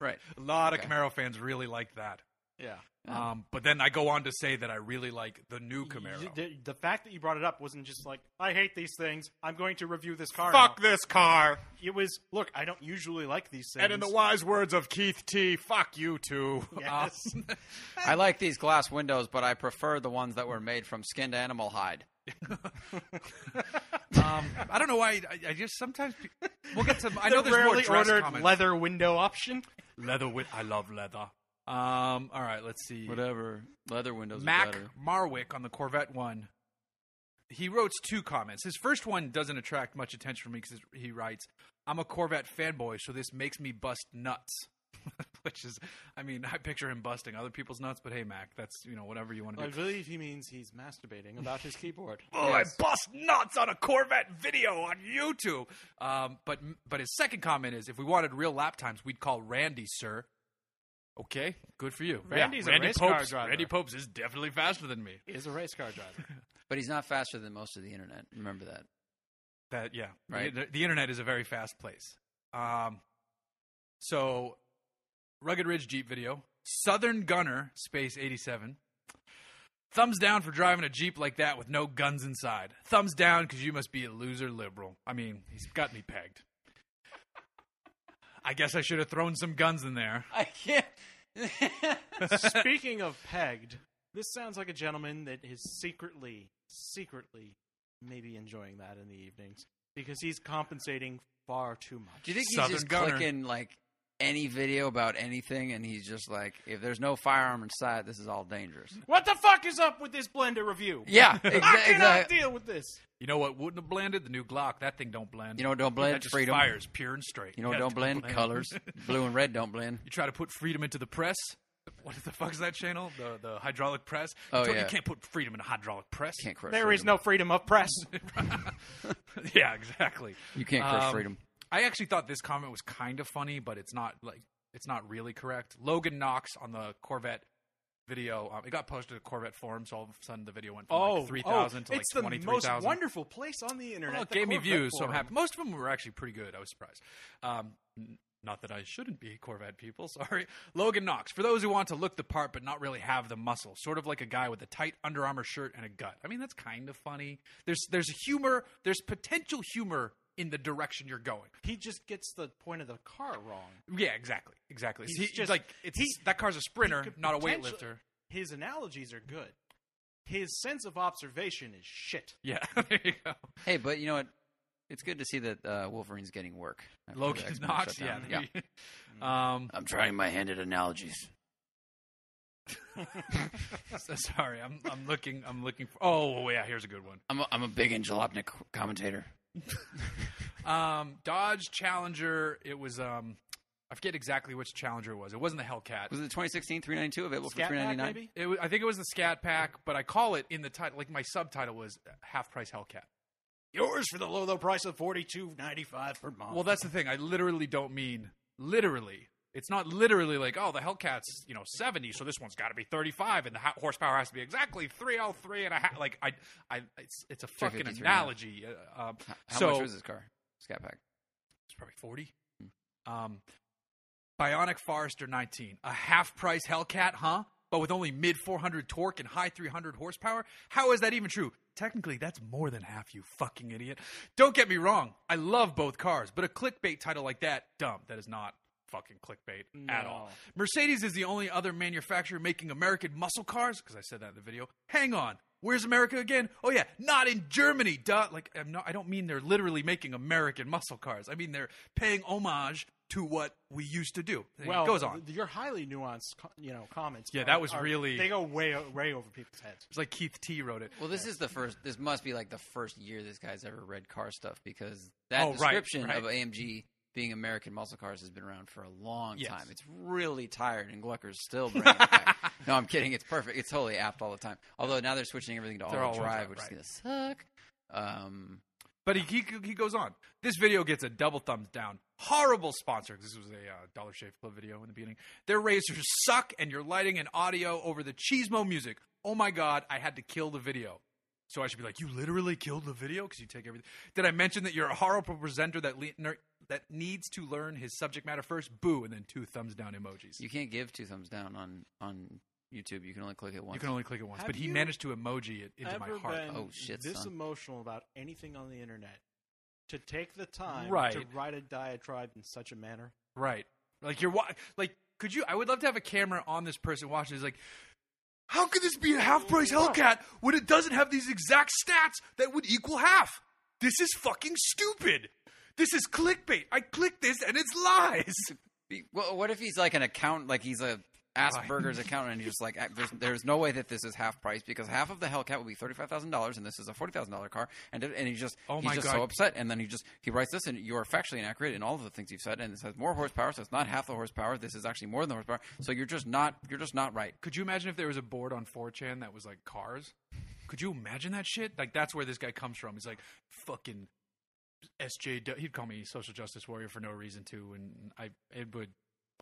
Speaker 2: right.
Speaker 1: A lot
Speaker 2: Okay.
Speaker 1: of Camaro fans really like that.
Speaker 3: Yeah.
Speaker 2: Yeah.
Speaker 1: Um, but then I go on to say that I really like the new Camaro.
Speaker 3: You- the, the fact that you brought it up wasn't just like, I hate these things. I'm going to review this car.
Speaker 1: Fuck
Speaker 3: now."
Speaker 1: this car!
Speaker 3: It was, look, I don't usually like these things.
Speaker 1: And in the wise words of Keith T, fuck you too.
Speaker 3: Yes.
Speaker 1: Um,
Speaker 2: I like these glass windows, but I prefer the ones that were made from skinned animal hide.
Speaker 1: um, I don't know why. I, I just sometimes pe- we'll get to. I know
Speaker 3: the
Speaker 1: there's more
Speaker 3: rarely
Speaker 1: dress
Speaker 3: ordered
Speaker 1: comments.
Speaker 3: leather window option.
Speaker 1: leather. With, I love leather. Um, all right, let's see.
Speaker 2: Whatever. Leather windows are
Speaker 1: Mac
Speaker 2: better.
Speaker 1: Marwick on the Corvette one. He wrote two comments. His first one doesn't attract much attention from me because he writes, "I'm a Corvette fanboy, so this makes me bust nuts." Which is, I mean, I picture him busting other people's nuts, but hey, Mac, that's you know whatever you want to do.
Speaker 3: believe he means he's masturbating about his keyboard.
Speaker 1: Oh,
Speaker 2: Yes.
Speaker 1: I bust nuts on a Corvette video on YouTube. Um, but but his second comment is, if we wanted real lap times, we'd call Randy, sir. Okay, good for you.
Speaker 3: Randy's a
Speaker 1: Randy
Speaker 3: race car
Speaker 1: Popes.
Speaker 3: driver.
Speaker 1: Randy Popes is definitely faster than me.
Speaker 3: He is a race car driver.
Speaker 2: But he's not faster than most of the internet. Remember that.
Speaker 1: That yeah,
Speaker 2: Right?
Speaker 1: The, the internet is a very fast place. Um, so, Rugged Ridge Jeep video, Southern Gunner Space eighty seven. Thumbs down for driving a Jeep like that with no guns inside. Thumbs down because you must be a loser liberal. I mean, he's got me pegged. I guess I should have thrown some guns in there.
Speaker 2: I can't.
Speaker 3: Speaking of pegged, this sounds like a gentleman that is secretly, secretly, maybe enjoying that in the evenings because he's compensating far too much.
Speaker 2: Do you think he's
Speaker 1: Southern
Speaker 2: just
Speaker 1: gunner.
Speaker 2: clicking like any video about anything, and he's just like, if there's no firearm inside, this is all dangerous.
Speaker 3: What the fuck is up with this blender review?
Speaker 2: Yeah, exa-
Speaker 3: I cannot
Speaker 2: exactly.
Speaker 3: deal with this.
Speaker 1: You know what wouldn't have blended? The new Glock. That thing don't blend.
Speaker 2: You know, what don't
Speaker 1: that
Speaker 2: blend
Speaker 1: just
Speaker 2: freedom.
Speaker 1: fires pure and straight.
Speaker 2: You know, what
Speaker 1: Yeah,
Speaker 2: don't blend colors. Blue and red don't blend.
Speaker 1: You try to put freedom into the press. What the fuck is that channel? The the hydraulic press. You,
Speaker 2: Oh,
Speaker 1: told-
Speaker 2: yeah.
Speaker 1: you can't put freedom in a hydraulic press.
Speaker 2: Can't crush.
Speaker 3: There
Speaker 2: freedom.
Speaker 3: is no freedom of press.
Speaker 1: yeah, exactly.
Speaker 2: You can't crush
Speaker 1: Um,
Speaker 2: freedom.
Speaker 1: I actually thought this comment was kind of funny, but it's not like it's not really correct. Logan Knox on the Corvette video, um, it got posted to Corvette forum, so all of a sudden the video went from like three thousand to like
Speaker 3: Oh, it's
Speaker 1: twenty
Speaker 3: the
Speaker 1: three
Speaker 3: most
Speaker 1: thousand.
Speaker 3: wonderful place on the internet.
Speaker 1: Well, it
Speaker 3: the
Speaker 1: gave me
Speaker 3: Corvette
Speaker 1: views, so I'm
Speaker 3: forum.
Speaker 1: happy. Most of them were actually pretty good. I was surprised. Um, n- not that I shouldn't be Corvette people. Sorry, Logan Knox. For those who want to look the part but not really have the muscle, sort of like a guy with a tight Under Armour shirt and a gut. I mean, that's kind of funny. There's there's humor. There's potential humor in the direction you're going.
Speaker 3: He just gets the point of the car wrong.
Speaker 1: Yeah, exactly, exactly.
Speaker 3: He's
Speaker 1: He's
Speaker 3: just-
Speaker 1: like it's
Speaker 3: he-
Speaker 1: that car's a sprinter,
Speaker 3: could
Speaker 1: not a
Speaker 3: potentially-
Speaker 1: weightlifter.
Speaker 3: His analogies are good. His sense of observation is shit.
Speaker 1: Yeah, there you go.
Speaker 2: Hey, but you know what? It's good to see that uh, Wolverine's getting work. after the
Speaker 1: Logan
Speaker 2: X-Men
Speaker 1: Knox. Yeah,
Speaker 2: shutdown.
Speaker 1: there you- um,
Speaker 2: I'm trying my hand at analogies.
Speaker 1: so sorry, I'm I'm looking I'm looking for. Oh yeah, here's a good one.
Speaker 2: I'm a, I'm a big Angelopnik commentator.
Speaker 1: Um, Dodge Challenger. It was um, I forget exactly which Challenger it was. It wasn't the Hellcat.
Speaker 2: Was it the 2016 392 available
Speaker 3: Scat
Speaker 2: for
Speaker 3: pack,
Speaker 2: 399?
Speaker 3: maybe?
Speaker 1: It was, I think it was the Scat Pack, but I call it in the title. Like my subtitle was Half Price Hellcat.
Speaker 3: Yours for the low, low price of forty two ninety five per month.
Speaker 1: Well, that's the thing. I literally don't mean literally. It's not literally like oh the Hellcat's you know seventy, so this one's got to be thirty five, and the ho- horsepower has to be exactly three hundred three and a half. Like I, I, it's it's a fucking
Speaker 2: 353 now.
Speaker 1: analogy. Uh, um,
Speaker 2: H- How
Speaker 1: So-
Speaker 2: much was this car? Scat pack.
Speaker 1: it's probably 40. Um, Bionic Forester 19. A half price Hellcat, huh? but with only mid 400 torque and high 300 horsepower? How is that even true? Technically, that's more than half, you fucking idiot. Don't get me wrong, I love both cars, but a clickbait title like that, dumb. That is not fucking clickbait at all. Mercedes is the only other manufacturer making American muscle cars, because I said that in the video. Hang on. Where's America again? Oh yeah, not in Germany. Duh. Like I'm not, I don't mean they're literally making American muscle cars. I mean they're paying homage to what we used to do. And
Speaker 3: Well,
Speaker 1: it goes on.
Speaker 3: th- Your highly nuanced, co- you know, comments.
Speaker 1: Yeah,
Speaker 3: are-
Speaker 1: that was
Speaker 3: are-
Speaker 1: really-
Speaker 3: They go way o- way over people's heads.
Speaker 1: It's like Keith T wrote it.
Speaker 2: Well, this is the first. This must be like the first year this guy's ever read car stuff because that
Speaker 1: Oh, right,
Speaker 2: description
Speaker 1: right.
Speaker 2: of AMG being American muscle cars has been around for a long
Speaker 1: Yes.
Speaker 2: time. It's really tired, and Glucker's still bringing it back. No, I'm kidding. It's perfect. It's totally apt all the time. Although now they're switching everything to
Speaker 1: They're all-wheel
Speaker 2: all-wheel drive,
Speaker 1: drive,
Speaker 2: which is gonna suck. Um,
Speaker 1: But he, he he goes on. This video gets a double thumbs down. Horrible sponsor. 'cause This was a uh, Dollar Shave Club video in the beginning. Their razors suck, and your lighting and audio over the Cheesemo music. Oh my god, I had to kill the video. So I should be like, you literally killed the video because you take everything. Did I mention that you're a horrible presenter that le- ner- that needs to learn his subject matter first? Boo, and then two thumbs down emojis. You,
Speaker 2: you can't give two thumbs down on on YouTube. You can only click it once.
Speaker 1: can only click it once,
Speaker 3: Have
Speaker 1: but he
Speaker 3: you
Speaker 1: managed to emoji it into my
Speaker 3: Ever
Speaker 1: heart.
Speaker 3: been
Speaker 2: Oh, shit,
Speaker 3: this
Speaker 2: son.
Speaker 3: emotional about anything on the internet to take the time to
Speaker 1: Right.
Speaker 3: write a diatribe in such a manner?
Speaker 1: Right. Like you're wa- like could you I would love to have a camera on this person watching this like how could this be a half price Hellcat when it doesn't have these exact stats that would equal half? This is fucking stupid. This is clickbait. I click this and it's lies.
Speaker 2: Be- Well, what if he's like an account, like he's a Asperger's accountant, and you're just like, "Ah, there's, there's no way that this is half price because half of the Hellcat would be thirty five thousand dollars, and this is a forty thousand dollar car, and and he's just
Speaker 1: Oh
Speaker 2: he's
Speaker 1: my
Speaker 2: just
Speaker 1: God.
Speaker 2: so upset, and then he just he writes this, and you are factually inaccurate in all of the things you've said, and this has more horsepower, so it's not half the horsepower, this is actually more than the horsepower, so you're just not you're just not right.
Speaker 1: Could you imagine if there was a board on 4chan that was like cars? Could you imagine that shit? Like that's where this guy comes from. He's like fucking SJ. He'd call me social justice warrior for no reason too, and I it would.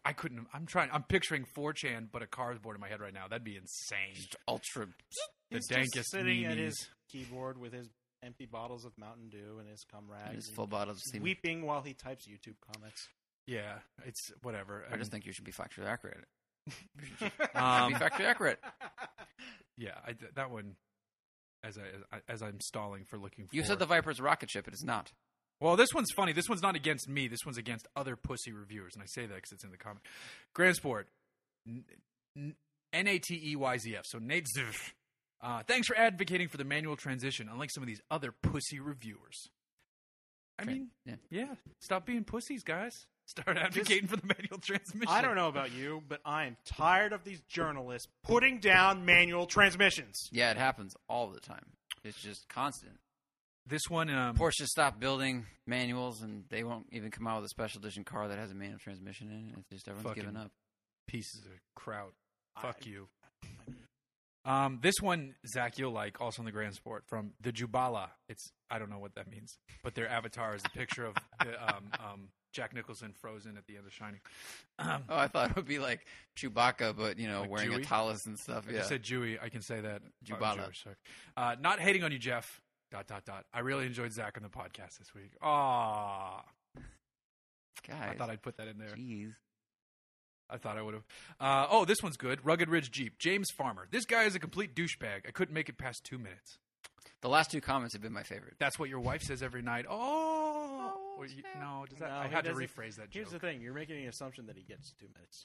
Speaker 1: I couldn't. I'm trying. I'm picturing 4chan, but a cars board in my head right now. That'd be insane.
Speaker 2: Ultra,
Speaker 1: The
Speaker 3: He's just
Speaker 1: dankest
Speaker 3: sitting at
Speaker 1: memes.
Speaker 3: his keyboard with his empty bottles of Mountain Dew and his cum rags,
Speaker 2: it's
Speaker 3: and
Speaker 2: full bottles. of semen.
Speaker 3: weeping while he types YouTube comments.
Speaker 1: Yeah, it's whatever.
Speaker 2: I just think you should be factually accurate.
Speaker 1: Um,
Speaker 2: be factually accurate.
Speaker 1: yeah, I, that one. As I as I'm stalling for looking for
Speaker 2: You said the Viper's a rocket ship. It is not.
Speaker 1: Well, this one's funny. This one's not against me. This one's against other pussy reviewers, and I say that because it's in the comment. Grand Sport, N- N- N A T E Y Z F. So Nate Ziv. Uh, thanks for advocating for the manual transition, unlike some of these other pussy reviewers. I
Speaker 2: Tran-
Speaker 1: mean,
Speaker 2: yeah.
Speaker 1: yeah, stop being pussies, guys. Start advocating for the manual transmission.
Speaker 3: I don't know about you, but I am tired of these journalists putting down manual transmissions.
Speaker 2: Yeah, it happens all the time. It's just constant.
Speaker 1: This one, um,
Speaker 2: Porsche stopped building manuals, and they won't even come out with a special edition car that has a manual transmission in it. It's just everyone's
Speaker 1: Fucking
Speaker 2: giving up.
Speaker 1: pieces of kraut.
Speaker 3: I-
Speaker 1: Fuck you. Um, this one, Zach, you'll like, also in the Grand Sport from the Jubala. It's I don't know what that means, but their avatar is a picture of the, um, um, Jack Nicholson frozen at the end of Shining. Um,
Speaker 2: Oh, I thought it would be like Chewbacca, but you know,
Speaker 1: Like
Speaker 2: wearing a
Speaker 1: Chewie?
Speaker 2: talus and stuff.
Speaker 1: I
Speaker 2: Yeah,
Speaker 1: just said Jewy. I can say that. I'm
Speaker 2: Jubala.
Speaker 1: Jewish, sorry. Uh, not hating on you, Jeff. Dot dot dot. I really enjoyed Zach on the podcast this week. Ah,
Speaker 2: guys,
Speaker 1: I thought I'd put that in there.
Speaker 2: jeez.
Speaker 1: I thought I would have. Uh, oh, this one's good. Rugged Ridge Jeep. James Farmer. This guy is a complete douchebag. I couldn't make it past two minutes.
Speaker 2: The last two comments have been my favorite.
Speaker 1: That's what your wife says every night. Oh, Or you- no, does that?
Speaker 3: No,
Speaker 1: I
Speaker 3: he
Speaker 1: had to
Speaker 3: doesn't-
Speaker 1: rephrase that
Speaker 3: Here's
Speaker 1: joke.
Speaker 3: the thing: you're making an assumption that he gets two minutes,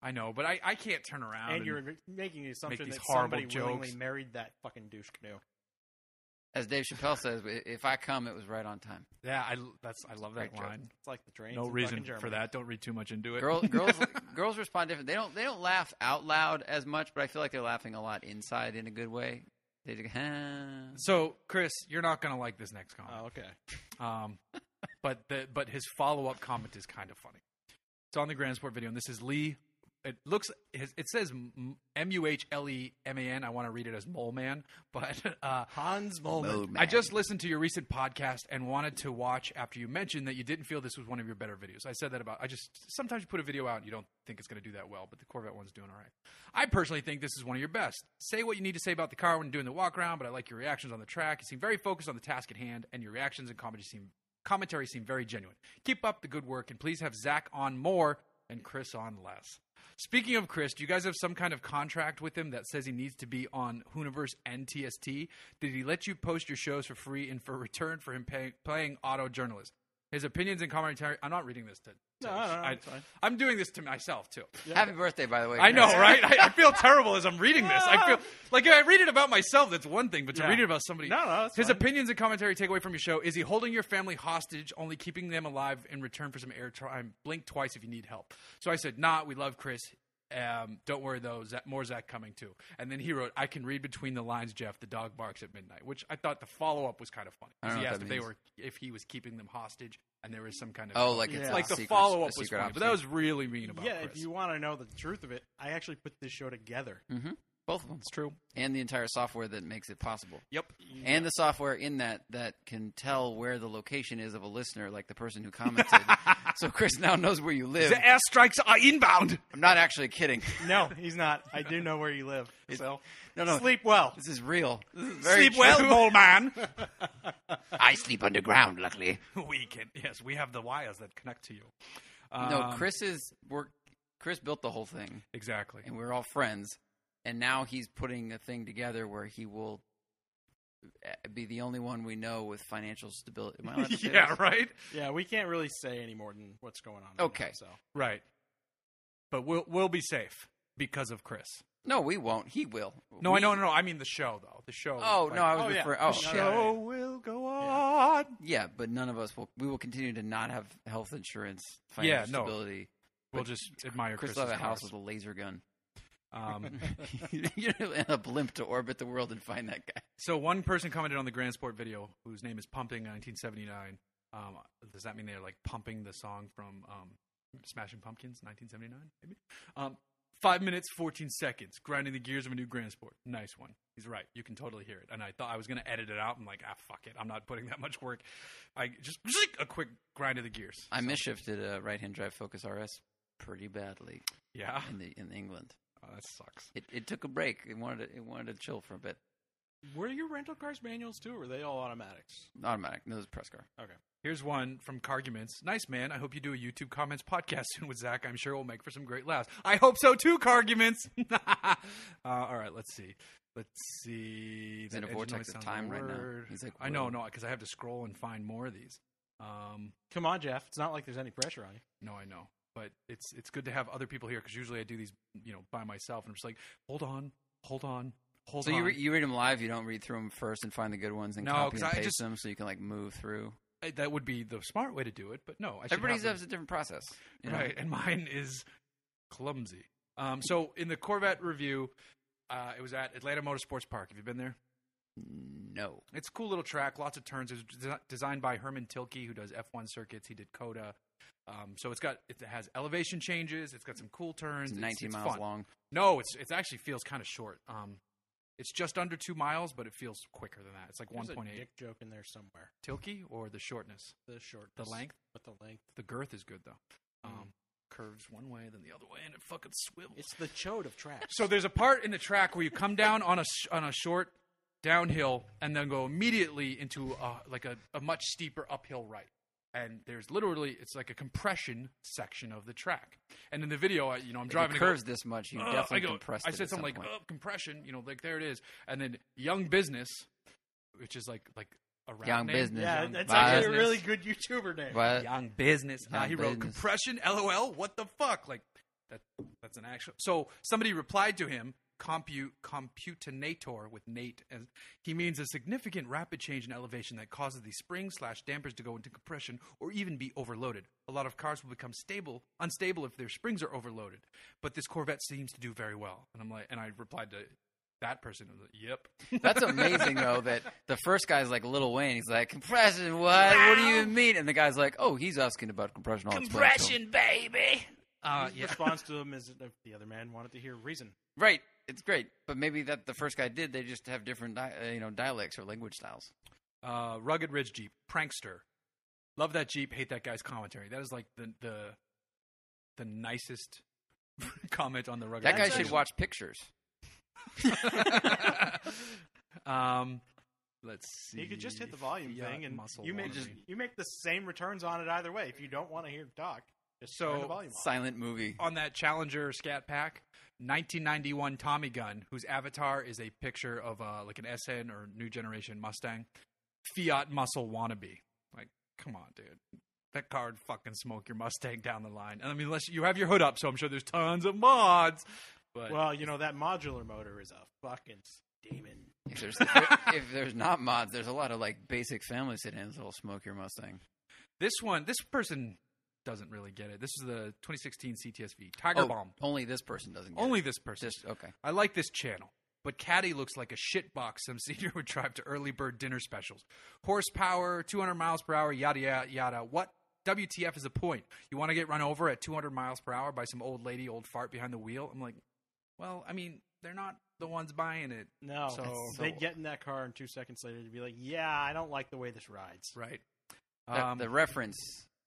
Speaker 1: I know, but I, I can't turn around.
Speaker 3: and you're re- making an assumption
Speaker 1: these
Speaker 3: that
Speaker 1: horrible
Speaker 3: somebody willingly
Speaker 1: jokes.
Speaker 3: married that fucking douche canoe.
Speaker 2: As Dave Chappelle says, "I- if I come, it was right on time.
Speaker 1: yeah. I that's I love that
Speaker 2: Great joke.
Speaker 1: line.
Speaker 3: It's like the train.
Speaker 1: No reason for that. Don't read too much into it.
Speaker 2: Girl, girls, girls respond different. They don't, they don't laugh out loud as much, but I feel like they're laughing a lot inside in a good way. They just,
Speaker 1: so Chris, you're not gonna like this next comment.
Speaker 3: Oh, okay.
Speaker 1: Um, but the, but his follow up comment is kind of funny. It's on the Grand Sport video, and this is Lee. It looks his- it says M U H L E M A N. I want to read it as Mole Man, but uh,
Speaker 3: Hans Molman.
Speaker 2: Mode
Speaker 1: I
Speaker 2: man.
Speaker 1: just listened to your recent podcast and wanted to watch after you mentioned that you didn't feel this was one of your better videos. I said that about I just sometimes you put a video out and you don't think it's going to do that well, but the Corvette one's doing all right. I personally think this is one of your best. Say what you need to say about the car when doing the walk around, but I like your reactions on the track. You seem very focused on the task at hand, and your reactions and comedy seem commentary seem very genuine. Keep up the good work, and please have Zach on more and Chris on less. Speaking of Chris, do you guys have some kind of contract with him that says he needs to be on Hooniverse and TST? Did he let you post your shows for free and for return for him pay, playing auto journalist? His opinions and commentary. I'm not reading this to.
Speaker 3: No,
Speaker 1: to-
Speaker 3: no, no,
Speaker 1: I,
Speaker 3: it's fine.
Speaker 1: I'm doing this to myself too.
Speaker 2: Happy birthday, by the way.
Speaker 1: I know,
Speaker 2: Chris.
Speaker 1: right? I, I feel terrible as I'm reading this. I feel like if I read it about myself, that's one thing, but to
Speaker 3: Yeah.
Speaker 1: read it about somebody.
Speaker 3: No, no, that's
Speaker 1: his
Speaker 3: fine.
Speaker 1: opinions and commentary takeaway from your show is he holding your family hostage, only keeping them alive in return for some airtime? Blink twice if you need help. So I said, Nah, we love Chris. Um, don't worry though, Zach, more Zach coming too. And then he wrote, "I can read between the lines, Jeff. The dog barks at midnight," which I thought the follow up was kind of funny. 'cause
Speaker 2: I don't
Speaker 1: He
Speaker 2: know what
Speaker 1: asked
Speaker 2: that
Speaker 1: if they
Speaker 2: means.
Speaker 1: were if he was keeping them hostage, and there was some kind of
Speaker 2: Oh, like it's a
Speaker 3: Yeah.
Speaker 1: like the
Speaker 2: secret-
Speaker 1: follow up
Speaker 2: a
Speaker 1: was
Speaker 2: secret
Speaker 1: funny, but that
Speaker 2: option.
Speaker 1: was really mean about
Speaker 3: yeah,
Speaker 1: Chris.
Speaker 3: if you want to know the truth of it, I actually put this show together.
Speaker 2: both of them,
Speaker 1: it's true.
Speaker 2: and the entire software that makes it possible,
Speaker 1: Yep.
Speaker 2: and the software in that that can tell where the location is of a listener, like the person who commented. so Chris now knows where you live.
Speaker 1: The airstrikes are inbound.
Speaker 2: I'm not actually kidding.
Speaker 3: No, he's not. I do know where you live. So
Speaker 2: No, no,
Speaker 3: sleep well.
Speaker 2: this is real. This is very
Speaker 1: Sleep well,
Speaker 2: true.
Speaker 1: old man.
Speaker 2: I sleep underground, luckily.
Speaker 1: we can. Yes, we have the wires that connect to you.
Speaker 2: no,
Speaker 1: Um,
Speaker 2: Chris's work. Chris built the whole thing,
Speaker 1: Exactly.
Speaker 2: and we're all friends. And now he's putting a thing together where he will uh, be the only one we know with financial stability. Am I allowed to say
Speaker 1: yeah.
Speaker 2: this?
Speaker 1: Right.
Speaker 3: Yeah, we can't really say any more than what's going on. right
Speaker 2: Okay.
Speaker 3: now, so
Speaker 1: Right. But we'll we'll be safe because of Chris.
Speaker 2: No, we won't. He will.
Speaker 1: No,
Speaker 2: we,
Speaker 1: I no no no. I mean the show though. The show.
Speaker 2: Oh
Speaker 1: like-
Speaker 2: no, I was
Speaker 3: Oh, yeah.
Speaker 2: referring.
Speaker 3: The
Speaker 2: Oh,
Speaker 1: The
Speaker 2: yeah.
Speaker 3: No,
Speaker 1: show
Speaker 3: no,
Speaker 1: will go on.
Speaker 2: Yeah, but none of us will. We will continue to not have health insurance, financial
Speaker 1: Yeah, no.
Speaker 2: stability.
Speaker 1: We'll
Speaker 2: But
Speaker 1: just admire
Speaker 2: Chris
Speaker 1: Chris.
Speaker 2: will have a house with a laser gun.
Speaker 1: Um,
Speaker 2: You're in a blimp to orbit the world and find that guy.
Speaker 1: so one person commented on the Grand Sport video, whose name is Pumping 1979. Um, does that mean they're like pumping the song from um, Smashing Pumpkins 1979? Maybe. Um, five minutes 14 seconds, grinding the gears of a new Grand Sport. Nice one. He's right. You can totally hear it. And I thought I was gonna edit it out. I'm like, ah, fuck it. I'm not putting that much work. I just a quick grind of the gears.
Speaker 2: I misshifted a right-hand drive Focus RS pretty badly
Speaker 1: Yeah,
Speaker 2: in the in England.
Speaker 1: oh, that sucks.
Speaker 2: It it took a break. It wanted to, it wanted to chill for a bit.
Speaker 3: were your rental cars manuals too, or were they all automatics?
Speaker 2: Automatic. No, it was a press car.
Speaker 1: Here's one from Carguments. Nice man. I hope you do a YouTube comments podcast soon with Zach. I'm sure it will make for some great laughs. I hope so too, Carguments. uh, all right, let's see. Let's see.
Speaker 2: He's in
Speaker 1: That
Speaker 2: a
Speaker 1: edge
Speaker 2: vortex
Speaker 1: noise
Speaker 2: of
Speaker 1: sounds
Speaker 2: time right now.
Speaker 1: word.
Speaker 2: He's like,
Speaker 1: I know,
Speaker 2: whoa.
Speaker 1: no, because I have to scroll and find more of these. Um,
Speaker 3: Come on, Jeff. It's not like there's any pressure on you.
Speaker 1: no, I know, but it's it's good to have other people here because usually I do these, you know, by myself, and I'm just like, hold on, hold on, hold
Speaker 2: So
Speaker 1: on.
Speaker 2: you re- you read them live. You don't read through them first and find the good ones and
Speaker 1: No,
Speaker 2: copy
Speaker 1: 'cause
Speaker 2: and
Speaker 1: I
Speaker 2: paste
Speaker 1: just-
Speaker 2: them so you can like move through.
Speaker 1: I- that would be the smart way to do it, but no, I should
Speaker 2: e
Speaker 1: have
Speaker 2: Everybody's
Speaker 1: them-
Speaker 2: has a different process. you know?
Speaker 1: Right, and mine is clumsy. Um, so in the Corvette review, uh, it was at Atlanta Motorsports Park. Have you been there?
Speaker 2: No.
Speaker 1: It's a cool little track, lots of turns. It was des- designed by Herman Tilke, who does F1 circuits. He did Coda. Um, so it's got it has elevation changes. It's got some cool turns.
Speaker 2: It's 19
Speaker 1: it's
Speaker 2: miles
Speaker 1: fun.
Speaker 2: long.
Speaker 1: No, it's it actually feels kind of short. Um, it's just under two miles, but it feels quicker than that. It's like
Speaker 3: There's
Speaker 1: one point
Speaker 3: a
Speaker 1: eight.
Speaker 3: dick joke in there somewhere.
Speaker 1: Tilke or the shortness,
Speaker 3: The short,
Speaker 1: the length.
Speaker 3: but the length.
Speaker 1: The girth is good though. Um,
Speaker 3: Mm.
Speaker 1: Curves one way, then the other way, and it fucking swivels.
Speaker 3: It's the chode of tracks.
Speaker 1: So there's a part in the track where you come down on a sh- on a short downhill and then go immediately into uh like a, a much steeper uphill right. And there's literally it's like a compression section of the track. And in the video, I, you know, I'm
Speaker 2: If
Speaker 1: driving
Speaker 2: it
Speaker 1: a curve.
Speaker 2: curves this much, you
Speaker 1: Ugh,
Speaker 2: definitely
Speaker 1: I go-
Speaker 2: compressed
Speaker 1: I
Speaker 2: it
Speaker 1: said
Speaker 2: at
Speaker 1: something
Speaker 2: some
Speaker 1: like
Speaker 2: point.
Speaker 1: "Oh, compression, you know, like there it is, and then young business, which is like like a rap
Speaker 2: Young
Speaker 1: name.
Speaker 2: Business.
Speaker 3: yeah,
Speaker 1: Young
Speaker 3: that's
Speaker 2: Business.
Speaker 3: actually a really good YouTuber name.
Speaker 2: But
Speaker 1: Young business. Uh,
Speaker 2: Young
Speaker 1: he wrote
Speaker 2: business.
Speaker 1: compression. LOL. What the fuck? Like that. That's an actual. So somebody replied to him. Compute computinator with Nate, and he means a significant rapid change in elevation that causes the springs slash dampers to go into compression or even be overloaded. A lot of cars will become stable, unstable if their springs are overloaded. But this Corvette seems to do very well. And I'm like, and I replied to that person, I was like, "Yep,
Speaker 2: That's amazing though that the first guy's like Little Wayne. He's like compression. What? What do you mean? And the guy's like, oh, he's asking about compression. I'll explain it to him."
Speaker 1: baby." Uh,
Speaker 3: His
Speaker 1: yeah,
Speaker 3: response to him is that the other man wanted to hear reason.
Speaker 2: Right. It's great, but maybe that the first guy did. They just have different, di- uh, you know, dialects or language styles.
Speaker 1: uh, rugged ridge jeep prankster love that jeep hate that guy's commentary that is like the the the nicest comment on the rugged
Speaker 2: That guy
Speaker 1: Ridge
Speaker 2: should
Speaker 1: Jeep.
Speaker 2: watch pictures.
Speaker 1: um let's see
Speaker 3: You could just hit the volume
Speaker 1: Fiat
Speaker 3: thing, and
Speaker 1: muscle
Speaker 3: you make
Speaker 1: laundry.
Speaker 3: you make the same returns on it either way. If you don't want to hear him talk, Just
Speaker 1: So-
Speaker 3: turn the volume off.
Speaker 2: Silent movie.
Speaker 1: on that Challenger Scat Pack, 1991 Tommy gun, whose avatar is a picture of uh, like an SN or new generation Mustang, Fiat muscle wannabe. Like, come on, dude. That car would fucking smoke your Mustang down the line. And I mean, unless you have your hood up, so I'm sure there's tons of mods. But
Speaker 3: Well, you know that modular motor is a fucking demon.
Speaker 2: If there's if there's not mods, there's a lot of like basic family sedans that'll smoke your Mustang.
Speaker 1: this one, this person doesn't really get it. This is the 2016 CTSV Tiger
Speaker 2: Oh,
Speaker 1: Bomb.
Speaker 2: Only this person doesn't. Get
Speaker 1: Only
Speaker 2: it.
Speaker 1: this person.
Speaker 2: just okay.
Speaker 1: I like this channel, but Caddy looks like a shitbox some senior would drive to early bird dinner specials. Horsepower, 200 miles per hour, yada, yada, yada. What? WTF is the point? You want to get run over at 200 miles per hour by some old lady, old fart behind the wheel? I'm like, well, I mean, they're not the ones buying it,
Speaker 3: No,
Speaker 1: So-
Speaker 3: they'd get in that car and two seconds later to be like, "Yeah, I don't like the way this rides."
Speaker 1: right?
Speaker 2: That-
Speaker 1: Um,
Speaker 2: the reference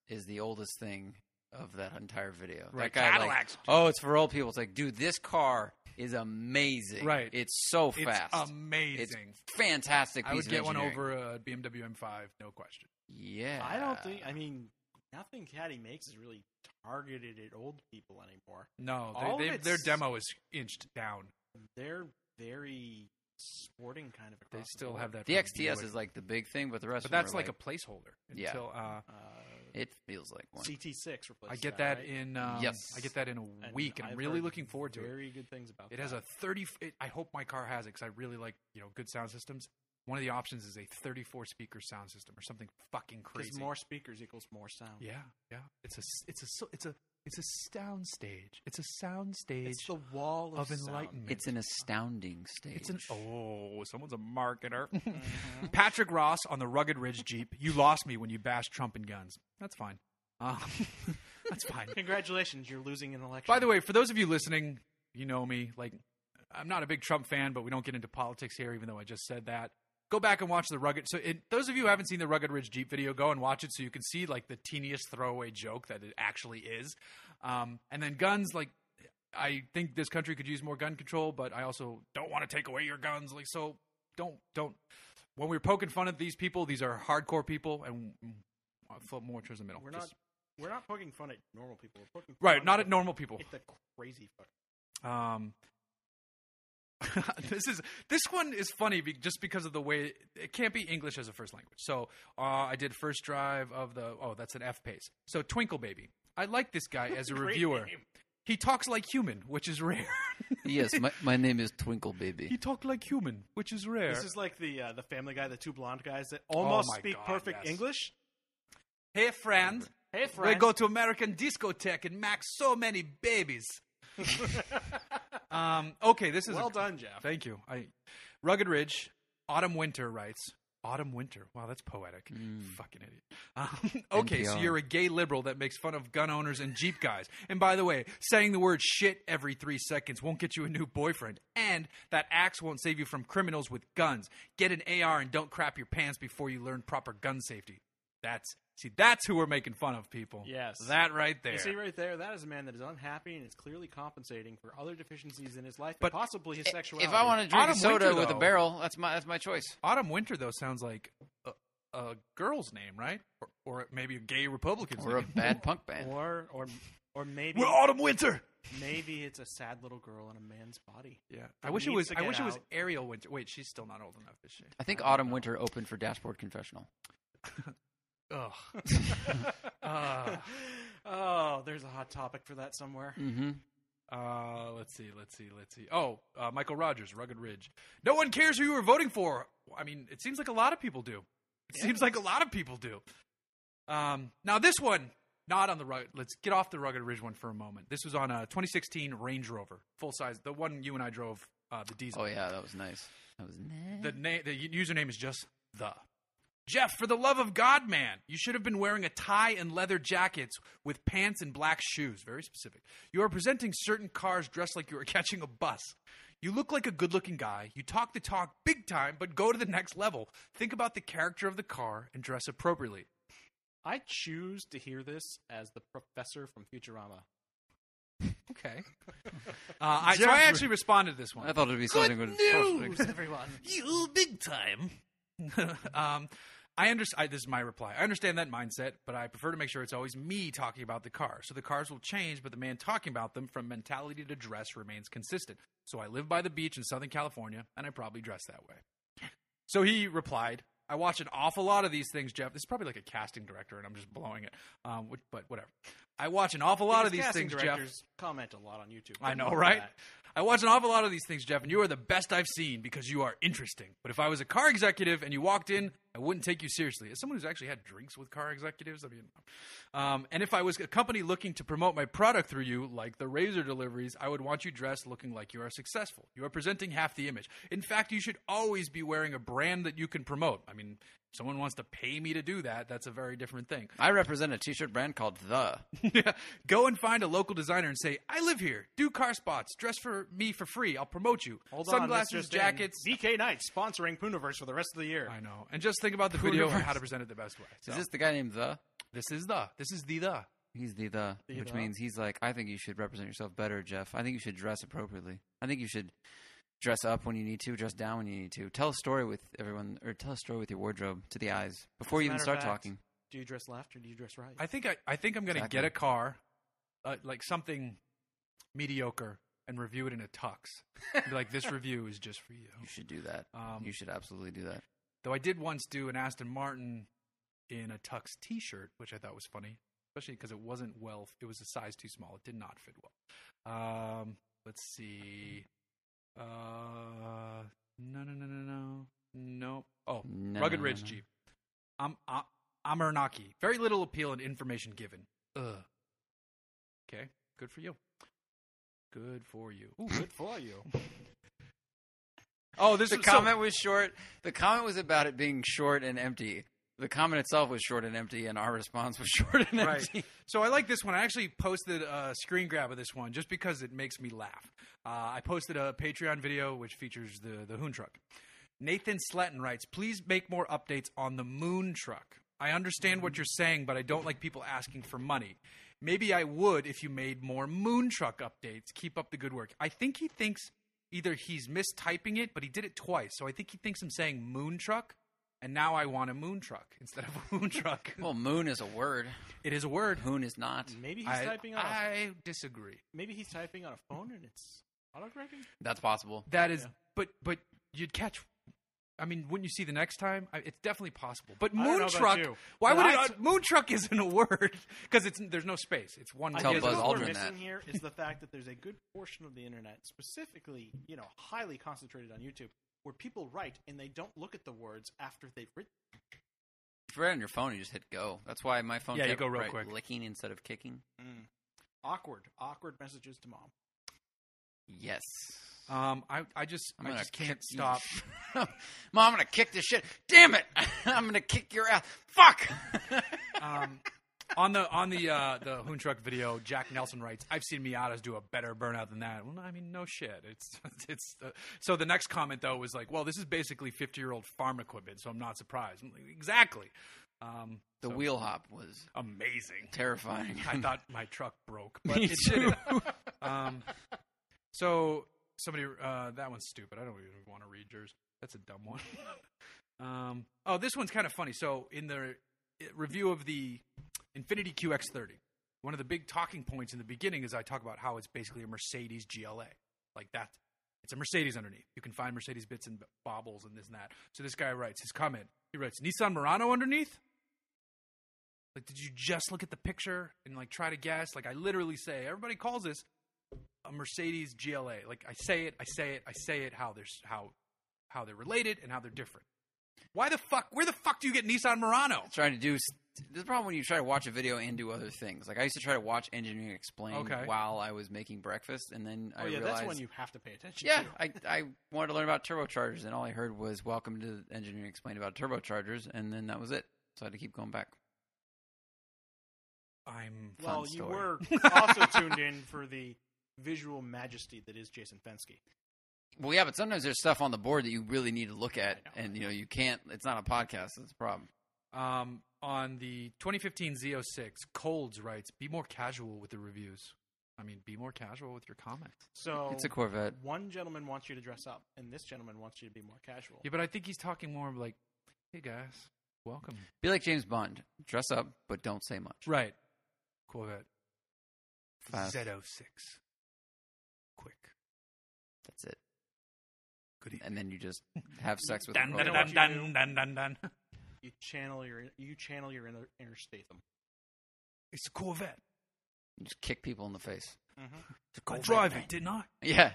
Speaker 2: is the oldest thing of that entire video.
Speaker 1: right.
Speaker 2: That guy, like,
Speaker 1: Cadillacs.
Speaker 2: oh, it's for old people. It's like, dude, this car is amazing.
Speaker 1: Right.
Speaker 2: It's so
Speaker 1: it's
Speaker 2: fast.
Speaker 1: amazing.
Speaker 2: It's fantastic. Piece
Speaker 1: I would
Speaker 2: of
Speaker 1: get one
Speaker 2: engineering.
Speaker 1: over a BMW M5, no question.
Speaker 2: Yeah.
Speaker 3: I don't think. I mean, nothing Caddy makes is really targeted at old people anymore.
Speaker 1: No, they-
Speaker 3: All of
Speaker 1: they,
Speaker 3: it's-
Speaker 1: their demo is inched down.
Speaker 3: They're very sporting kind of.
Speaker 1: They
Speaker 3: across
Speaker 1: still
Speaker 3: board.
Speaker 1: have that.
Speaker 2: the
Speaker 1: from
Speaker 2: XTS
Speaker 1: Buick.
Speaker 2: is like the big thing, but the rest.
Speaker 1: but
Speaker 2: of them
Speaker 1: that's
Speaker 2: are
Speaker 1: like, a placeholder
Speaker 2: Yeah.
Speaker 1: until uh,
Speaker 3: Uh,
Speaker 2: It feels like one.
Speaker 3: CT6 replaced.
Speaker 1: I get that
Speaker 3: right?
Speaker 1: in um,
Speaker 2: Yes.
Speaker 1: I get that in a
Speaker 3: And
Speaker 1: week, and I'm
Speaker 3: I've
Speaker 1: really
Speaker 3: heard
Speaker 1: looking forward to it.
Speaker 3: Very good things about
Speaker 1: It has
Speaker 3: that.
Speaker 1: a 30. f- It, I hope my car has it because I really like you know good sound systems. One of the options is a 34 speaker sound system or something fucking
Speaker 3: 'Cause
Speaker 1: crazy.
Speaker 3: more speakers equals more sound.
Speaker 1: yeah, yeah. It's a s- it's a so- it's a it's a sound stage. It's a sound stage
Speaker 3: It's the wall
Speaker 1: of
Speaker 3: of, sound.
Speaker 1: enlightenment.
Speaker 2: It's an astounding stage.
Speaker 1: It's an oh, someone's a marketer.
Speaker 3: Mhm.
Speaker 1: Patrick Ross on the Rugged Ridge Jeep. You lost me when you bashed Trump and guns. That's fine. Um, that's fine.
Speaker 3: Congratulations, you're losing an election.
Speaker 1: By the way, for those of you listening, you know me. Like, I'm not a big Trump fan, but we don't get into politics here, even though I just said that. Go back and watch the rugged. So, it, those of you who haven't seen the Rugged Ridge Jeep video, go and watch it so you can see like the teeniest throwaway joke that it actually is. Um, and then guns, like, I think this country could use more gun control, but I also don't want to take away your guns. Like, so don't don't. When we're poking fun at these people, these are hardcore people, and mm, I'll flip more towards the middle.
Speaker 3: we're not
Speaker 1: Just-
Speaker 3: we're not poking fun at normal people. We're poking
Speaker 1: right,
Speaker 3: fun
Speaker 1: not at normal people.
Speaker 3: At the crazy fuck.
Speaker 1: Um, this is this one is funny be, just because of the way it can't be English as a first language. So uh, I did first drive of the oh that's an F pace. So Twinkle Baby, I like this guy as a
Speaker 3: Great
Speaker 1: reviewer.
Speaker 3: name.
Speaker 1: He talks like human, which is rare.
Speaker 2: yes, my, my name is Twinkle
Speaker 1: he
Speaker 2: Baby.
Speaker 1: talked like human, which is rare.
Speaker 3: This is like the uh, the Family Guy, the two blonde guys that almost
Speaker 1: Oh my
Speaker 3: speak
Speaker 1: God,
Speaker 3: perfect
Speaker 1: yes.
Speaker 3: English.
Speaker 1: hey friend,
Speaker 3: Hey,
Speaker 1: we go to American discotheque and max so many babies. um, okay, this is a-
Speaker 3: well done, Jeff.
Speaker 1: Thank you. I Rugged Ridge, Autumn Winter writes. Autumn Winter. Wow, that's poetic. Fucking idiot. Um, okay, so
Speaker 2: NPR.
Speaker 1: you're a gay liberal that makes fun of gun owners and Jeep guys. And by the way, saying the word shit every three seconds won't get you a new boyfriend. And that axe won't save you from criminals with guns. Get an AR and don't crap your pants before you learn proper gun safety. That's see, that's who we're making fun of, people.
Speaker 3: Yes.
Speaker 1: That right there.
Speaker 3: You see right there, that is a man that is unhappy and is clearly compensating for other deficiencies in his life,
Speaker 1: But
Speaker 3: but possibly his sexuality.
Speaker 2: If I want to drink
Speaker 1: Autumn
Speaker 2: a soda
Speaker 1: Winter,
Speaker 2: with a
Speaker 1: though.
Speaker 2: barrel, that's my that's my choice.
Speaker 1: Autumn Winter though sounds like a, a girl's name, right? Or, or maybe a gay Republican's
Speaker 2: Or a
Speaker 1: name.
Speaker 2: bad punk band.
Speaker 3: or or or maybe
Speaker 1: We're Autumn Winter.
Speaker 3: maybe it's a sad little girl in a man's body.
Speaker 1: Yeah, I wish it
Speaker 3: needs
Speaker 1: was.
Speaker 3: to
Speaker 1: I
Speaker 3: get
Speaker 1: wish it was
Speaker 3: out.
Speaker 1: Ariel Winter. Wait, she's still not old enough, is she?
Speaker 2: I think Autumn Winter opened for Dashboard Confessional.
Speaker 1: Ugh. Ah. Mm.
Speaker 3: oh, there's a hot topic for that somewhere.
Speaker 2: Mm-hmm.
Speaker 1: Uh, let's see, let's see, let's see. Oh, uh, Michael Rogers, Rugged Ridge. No one cares who you were voting for. I mean, it seems like a lot of people do. It seems like a lot of people do. Um, now this one, not on the rugged. Let's get off the Rugged Ridge one for a moment. This was on a 2016 Range Rover, full size, the one you and I drove, uh, the diesel.
Speaker 2: Oh yeah, that was nice. That was nice.
Speaker 1: The name, the u- username is just the. Jeff, for the love of God, man, you should have been wearing a tie and leather jackets with pants and black shoes. Very specific. You are presenting certain cars dressed like you are catching a bus. You look like a good looking guy. You talk the talk big time, but go to the next level. Think about the character of the car and dress appropriately.
Speaker 3: I choose to hear this as the professor from Futurama.
Speaker 1: Okay. Uh, I, so I
Speaker 2: Jeff-
Speaker 1: actually responded to this one.
Speaker 2: I thought it'd be something
Speaker 1: Good
Speaker 2: with social
Speaker 1: news!
Speaker 2: links.
Speaker 3: everyone.
Speaker 1: You big time. um, I understand. This is my reply. I understand that mindset, but I prefer to make sure it's always me talking about the car. So the cars will change, but the man talking about them from mentality to dress remains consistent. So I live by the beach in Southern California, and I probably dress that way. So he replied, I watch an awful lot of these things, Jeff. This is probably like a casting director, and I'm just blowing it. Um, which, but whatever. I watch an awful lot of these
Speaker 3: Casting
Speaker 1: things, Jeff.
Speaker 3: directors comment a lot on YouTube.
Speaker 1: I know,
Speaker 3: love
Speaker 1: right?
Speaker 3: that.
Speaker 1: I watch an awful lot of these things, Jeff, and you are the best I've seen because you are interesting. But if I was a car executive and you walked in, I wouldn't take you seriously. As someone who's actually had drinks with car executives, I mean, um, and if I was a company looking to promote my product through you, like the razor deliveries, I would want you dressed looking like you are successful. You are presenting half the image. In fact, you should always be wearing a brand that you can promote. I mean, if someone wants to pay me to do that, that's a very different thing.
Speaker 2: I represent a t-shirt brand called The.
Speaker 1: Go and find a local designer and say, "I live here. Do car spots. Dress for me for free. I'll promote you.
Speaker 3: Hold on, that's
Speaker 1: Sunglasses,
Speaker 3: just in.
Speaker 1: jackets."
Speaker 3: DK Knight sponsoring Pooniverse for the rest of the year.
Speaker 1: I know. And just think about the video and
Speaker 2: Universe.
Speaker 1: how to present it the best way. So,
Speaker 2: Is this the guy named The?
Speaker 1: this is the this is the the.
Speaker 2: He's the The,
Speaker 3: The
Speaker 2: which
Speaker 3: The?
Speaker 2: means he's like, I think you should represent yourself better, Jeff. I think you should dress appropriately. I think you should dress up when you need to, dress down when you need to. Tell a story with everyone, or tell a story with your wardrobe to the eyes before
Speaker 3: As a
Speaker 2: you even
Speaker 3: matter of
Speaker 2: start
Speaker 3: fact,
Speaker 2: talking.
Speaker 3: Do you dress left or do you dress right?
Speaker 1: I think I, I think I'm gonna
Speaker 2: Exactly.
Speaker 1: get a car, uh, like something mediocre, and review it in a tux. Be like this review is just for you.
Speaker 2: You
Speaker 3: oh.
Speaker 2: should do that.
Speaker 1: Um,
Speaker 2: you should absolutely do that.
Speaker 1: Though I did once do an Aston Martin in a tux T-shirt, which I thought was funny, especially because it wasn't well. It was a size too small. It did not fit well. Um, let's see. Uh, no, no, no, no, no, no. Oh,
Speaker 2: No,
Speaker 1: Rugged
Speaker 2: no,
Speaker 1: Ridge
Speaker 2: no.
Speaker 1: Jeep. I'm I'm Amirnaki. Very little appeal and information given. Ugh. Okay, good for you. Good for you. Ooh, good for you. Oh, this
Speaker 2: The
Speaker 1: is so-
Speaker 2: comment was short. The comment was about it being short and empty. The comment itself was short and empty, and our response was short and
Speaker 1: Right.
Speaker 2: empty.
Speaker 1: So I like this one. I actually posted a screen grab of this one just because it makes me laugh. Uh, I posted a Patreon video which features the the Hoon truck. Nathan Slatton writes, "Please make more updates on the Moon truck. I understand what you're saying, but I don't like people asking for money. Maybe I would if you made more Moon truck updates. Keep up the good work. I think he thinks either he's mistyping it, but he did it twice, so I think he thinks I'm saying Moon truck." And now I want a moon truck instead of a moon truck.
Speaker 2: Well, moon is a word.
Speaker 1: It is a word.
Speaker 2: Hoon is not.
Speaker 3: Maybe he's
Speaker 1: I,
Speaker 3: typing on. a,
Speaker 1: I disagree.
Speaker 3: maybe he's typing on a phone and it's autocorrecting.
Speaker 2: That's possible.
Speaker 1: That is,
Speaker 3: Yeah.
Speaker 1: but but you'd catch. I mean, wouldn't you see the next time? I, it's definitely possible. But
Speaker 3: I don't know
Speaker 1: moon
Speaker 3: about
Speaker 1: truck.
Speaker 3: you,
Speaker 1: Why
Speaker 3: but
Speaker 1: would
Speaker 3: I
Speaker 1: it,
Speaker 3: t-
Speaker 1: uh, moon truck isn't a word because it's there's no space. It's one.
Speaker 3: I
Speaker 2: Tell
Speaker 1: word.
Speaker 3: guess
Speaker 2: Buzz
Speaker 3: what
Speaker 2: Aldrin
Speaker 3: we're missing
Speaker 2: that.
Speaker 3: here is the fact that there's a good portion of the internet, specifically, you know, highly concentrated on YouTube, where people write and they don't look at the words after they've written.
Speaker 2: If you're right on your phone, you just hit go. That's why my phone
Speaker 1: Yeah, you
Speaker 2: kept,
Speaker 1: go real
Speaker 2: right,
Speaker 1: quick.
Speaker 2: licking instead of kicking.
Speaker 3: Mm. Awkward, awkward messages to mom.
Speaker 2: Yes.
Speaker 1: Um, I I just I just can't
Speaker 2: kick you.
Speaker 1: stop.
Speaker 2: Mom, I'm gonna kick this shit. Damn it! I'm gonna kick your ass. Fuck.
Speaker 1: Um, on the on the uh, the Hoon Truck video, Jack Nelson writes, "I've seen Miatas do a better burnout than that." Well, I mean, no shit. It's it's uh, so the next comment though was like, "Well, this is basically fifty year old farm equipment, so I'm not surprised." I'm like, exactly. Um,
Speaker 2: the
Speaker 1: so-
Speaker 2: wheel hop was
Speaker 1: amazing.
Speaker 2: terrifying.
Speaker 1: I thought my truck broke, but
Speaker 2: Me
Speaker 1: it
Speaker 2: too.
Speaker 1: didn't. Um, so somebody uh, that one's stupid. I don't even want to read yours. That's a dumb one. um, oh, this one's kind of funny. So in the review of the Infinity QX30, one of the big talking points in the beginning is I talk about how it's basically a Mercedes GLA, like that. It's a Mercedes underneath. You can find Mercedes bits and bobbles and this and that. So this guy writes his comment. He writes Nissan Murano underneath. Like, did you just look at the picture and like try to guess? Like, I literally say everybody calls this a Mercedes GLA. Like, I say it, I say it, I say it. How there's how how they're related and how they're different. Why the fuck? Where the fuck do you get Nissan Murano?
Speaker 2: trying to do. s- The problem when you try to watch a video and do other things. Like I used to try to watch engineering explained
Speaker 1: Okay.
Speaker 2: while I was making breakfast, and then
Speaker 3: Oh
Speaker 2: I
Speaker 3: yeah,
Speaker 2: realized.
Speaker 3: that's one you have to pay attention
Speaker 2: yeah,
Speaker 3: to.
Speaker 2: I, I wanted to learn about turbochargers, and all I heard was "Welcome to Engineering Explained" about turbochargers, and then that was it. So I had to keep going back.
Speaker 1: I'm
Speaker 2: Fun
Speaker 3: Well, you
Speaker 2: story.
Speaker 3: were also tuned in for the visual majesty that is Jason Fensky.
Speaker 2: Well, yeah, but sometimes there's stuff on the board that you really need to look at,
Speaker 3: I know.
Speaker 2: and you know you can't. It's not a podcast. That's the problem.
Speaker 1: Um, on the 2015 Z06, Colds writes, "Be more casual with the reviews. I mean, be more casual with your comments."
Speaker 3: So
Speaker 2: It's a Corvette.
Speaker 3: One gentleman wants you to dress up, and this gentleman wants you to be more casual.
Speaker 1: Yeah, but I think he's talking more of like, "Hey guys, welcome.
Speaker 2: Be like James Bond. Dress up, but don't say much.
Speaker 1: Right. Corvette.
Speaker 2: Fast.
Speaker 1: Z06. Quick.
Speaker 2: That's it.
Speaker 1: Good evening.
Speaker 2: And then you just have sex with
Speaker 1: Dun,
Speaker 2: a
Speaker 1: dun,
Speaker 3: You know
Speaker 1: dun,
Speaker 2: robot.
Speaker 3: what you
Speaker 1: dun,
Speaker 3: do?
Speaker 1: dun, dun, dun.
Speaker 3: You channel your you channel your inner, inner Statham.
Speaker 1: It's a Corvette.
Speaker 2: You just kick people in the face.
Speaker 1: It's a Corvette. I drive it, didn't I?
Speaker 2: Yeah.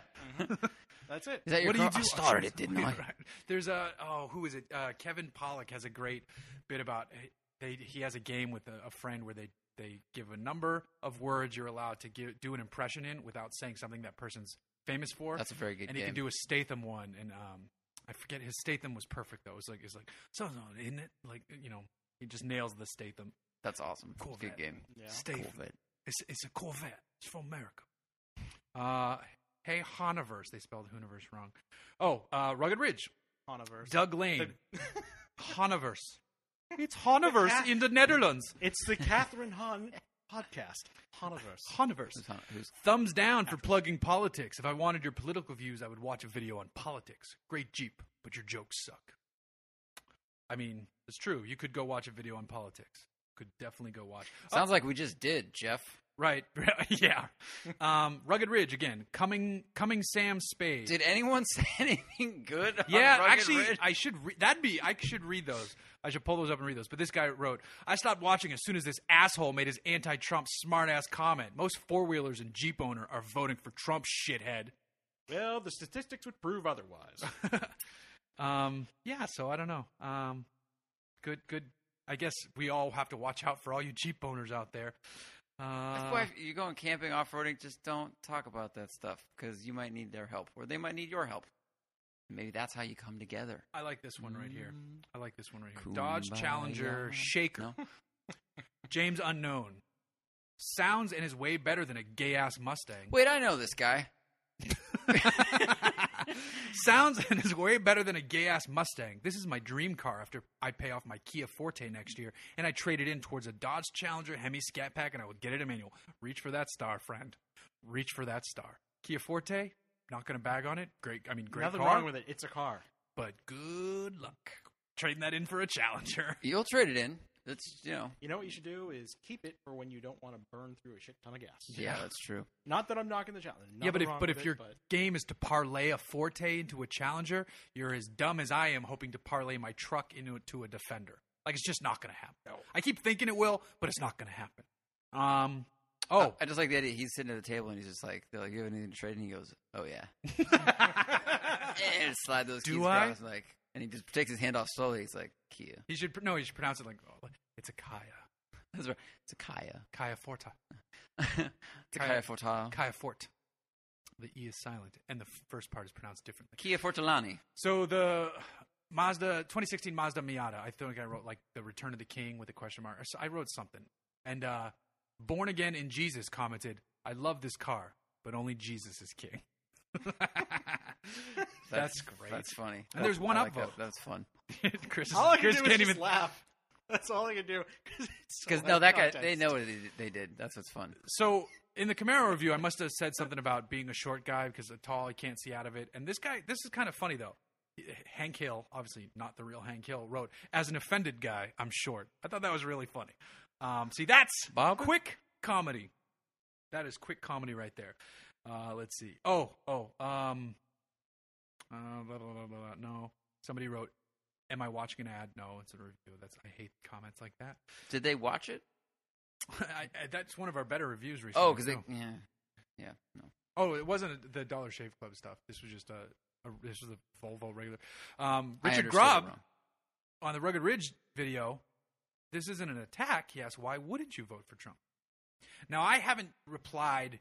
Speaker 3: That's it.
Speaker 2: Is that your
Speaker 1: what do you
Speaker 2: car?
Speaker 1: do?
Speaker 2: I started it, didn't I?
Speaker 1: Right. There's a oh, who is it? Uh, Kevin Pollock has a great bit about they. He has a game with a, a friend where they they give a number of words you're allowed to give, do an impression in without saying something that person's famous for.
Speaker 2: That's a very good
Speaker 1: and he
Speaker 2: game.
Speaker 1: can do a Statham one, and um, I forget his Statham was perfect though. It's like it's like something isn't it? Like you know, he just nails the Statham.
Speaker 2: That's awesome.
Speaker 1: Cool
Speaker 2: Good
Speaker 1: vet.
Speaker 2: game.
Speaker 3: Yeah.
Speaker 1: Statham.
Speaker 2: Cool vet.
Speaker 1: It's it's a Corvette. It's from America. Uh, hey Honiverse. They spelled Hooniverse wrong. Oh, uh, Rugged Ridge.
Speaker 3: Honiverse.
Speaker 1: Doug
Speaker 3: The-
Speaker 1: Lane. Honiverse. It's Honiverse
Speaker 3: cat-
Speaker 1: in the Netherlands.
Speaker 3: it's the Catherine Hahn podcast. Honiverse.
Speaker 1: Honiverse.
Speaker 2: Who's on- who's-
Speaker 1: Thumbs down for plugging politics. If I wanted your political views, I would watch a video on politics. Great Jeep, but your jokes suck. I mean, it's true. You could go watch a video on politics. Could definitely go watch. Oh,
Speaker 2: Sounds like we just did, Jeff.
Speaker 1: right. yeah. Um, Rugged Ridge again. Coming, coming. Sam Spade.
Speaker 2: Did anyone say anything good? on
Speaker 1: Yeah,
Speaker 2: Rugged
Speaker 1: actually,
Speaker 2: Ridge?
Speaker 1: I should. Re- that'd be. I should read those. I should pull those up and read those. But this guy wrote, "I stopped watching as soon as this asshole made his anti-Trump smartass comment. Most four-wheelers and Jeep owner are voting for Trump, shithead."
Speaker 3: Well, the statistics would prove otherwise.
Speaker 1: um, yeah. So I don't know. Um, good, good. I guess we all have to watch out for all you Jeep owners out there. Uh,
Speaker 2: That's why if you're going camping, off roading, just don't talk about that stuff because you might need their help or they might need your help. Maybe that's how you come together. Mm.
Speaker 1: I like this one right here. I like this one right here. Dodge
Speaker 2: Kumbaya.
Speaker 1: Challenger Shaker.
Speaker 2: No?
Speaker 1: James Unknown. Sounds and is way better than a gay ass Mustang.
Speaker 2: Wait, I know this guy.
Speaker 1: Sounds and is way better than a gay ass Mustang. This is my dream car after I pay off my Kia Forte next year and I trade it in towards a Dodge Challenger Hemi Scat Pack and I will get it a manual. Reach for that star, friend. Reach for that star. Kia Forte, not going to bag on it. Great, I mean, great
Speaker 3: Nothing
Speaker 1: car,
Speaker 3: wrong with it. It's a car.
Speaker 1: but good luck. Trading that in for a Challenger.
Speaker 2: You'll trade it in. That's you know.
Speaker 3: You know what you should do is keep it for when you don't want to burn through a shit ton of gas.
Speaker 2: Yeah, that's true.
Speaker 3: Not that I'm knocking the challenge.
Speaker 1: yeah, but
Speaker 3: Nothing
Speaker 1: if
Speaker 3: wrong
Speaker 1: but
Speaker 3: with
Speaker 1: if
Speaker 3: it,
Speaker 1: your
Speaker 3: but
Speaker 1: game is to parlay a Forte into a Challenger, you're as dumb as I am hoping to parlay my truck into to a Defender. Like it's just not going to happen. I keep thinking it will, but it's not going to happen. Um. Oh,
Speaker 2: I just like the idea. He's sitting at the table and he's just like, "They're like, you have anything to trade?" And he goes, "Oh yeah." and slide those
Speaker 1: Do
Speaker 2: keys
Speaker 1: I?
Speaker 2: across, like, and he just takes his hand off slowly. He's like, "Kia."
Speaker 1: he should pr- no. He should pronounce it like oh, it's a Kaya.
Speaker 2: That's right. It's a Kaya.
Speaker 1: Kaya Forte.
Speaker 2: it's a
Speaker 1: Kaya-
Speaker 2: Kaya Fortal.
Speaker 1: Kaya Fort. The E is silent, and the first part is pronounced differently.
Speaker 2: Kia Fortalani.
Speaker 1: So the Mazda 2016 Mazda Miata, I think I wrote like the Return of the King with a question mark. or so- I wrote something, and uh, Born Again in Jesus commented, "I love this car, but only Jesus is king." that's, great.
Speaker 2: That's funny.
Speaker 1: And there's one
Speaker 2: I like
Speaker 1: upvote.
Speaker 2: that. That's fun.
Speaker 1: Chris, is-
Speaker 3: all I can
Speaker 1: Chris
Speaker 3: do is
Speaker 1: can't
Speaker 3: just
Speaker 1: even.
Speaker 3: laugh. That's all I can do. it's so
Speaker 2: Because
Speaker 3: out
Speaker 2: no,
Speaker 3: of
Speaker 2: that guy. They
Speaker 3: context.
Speaker 2: know what they, they did. That's what's fun.
Speaker 1: So in the Camaro review, I must have said something about being a short guy because I'm tall, I can't see out of it. And this guy, this is kind of funny though. Hank Hill, obviously not the real Hank Hill, wrote, "As an offended guy, I'm short." I thought that was really funny. Um, see, that's
Speaker 2: Bob?
Speaker 1: quick comedy. That is quick comedy right there. Uh, let's see. Oh, oh. Um, uh, blah, blah, blah, blah, blah. No, somebody wrote, "Am I watching an ad?" No, it's a review. That's I hate comments like that.
Speaker 2: Did they watch it?
Speaker 1: I, I, that's one of our better reviews recently.
Speaker 2: Oh, because they.
Speaker 1: too.
Speaker 2: Yeah. Yeah. No.
Speaker 1: Oh, it wasn't the Dollar Shave Club stuff. This was just a, a this was a Volvo regular. Um,
Speaker 2: I
Speaker 1: Richard
Speaker 2: understood it
Speaker 1: Grubb
Speaker 2: wrong.
Speaker 1: on the Rugged Ridge video. This isn't an attack. He asked, "Why wouldn't you vote for Trump?" Now I haven't replied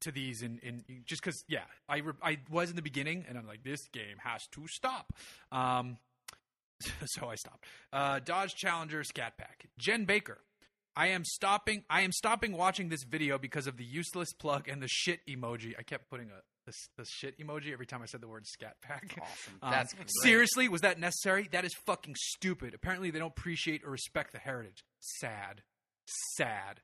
Speaker 1: to these in, in just because yeah I re- I was in the beginning and I'm like this game has to stop. Um, so I stopped. Uh, Dodge Challenger Scat Pack. Jen Baker. I am stopping. I am stopping watching this video because of the useless plug and the shit emoji. I kept putting a the, the shit emoji every time I said the word scat pack.
Speaker 2: Awesome. That's great.
Speaker 1: seriously was that necessary? That is fucking stupid. Apparently they don't appreciate or respect the heritage. Sad, sad.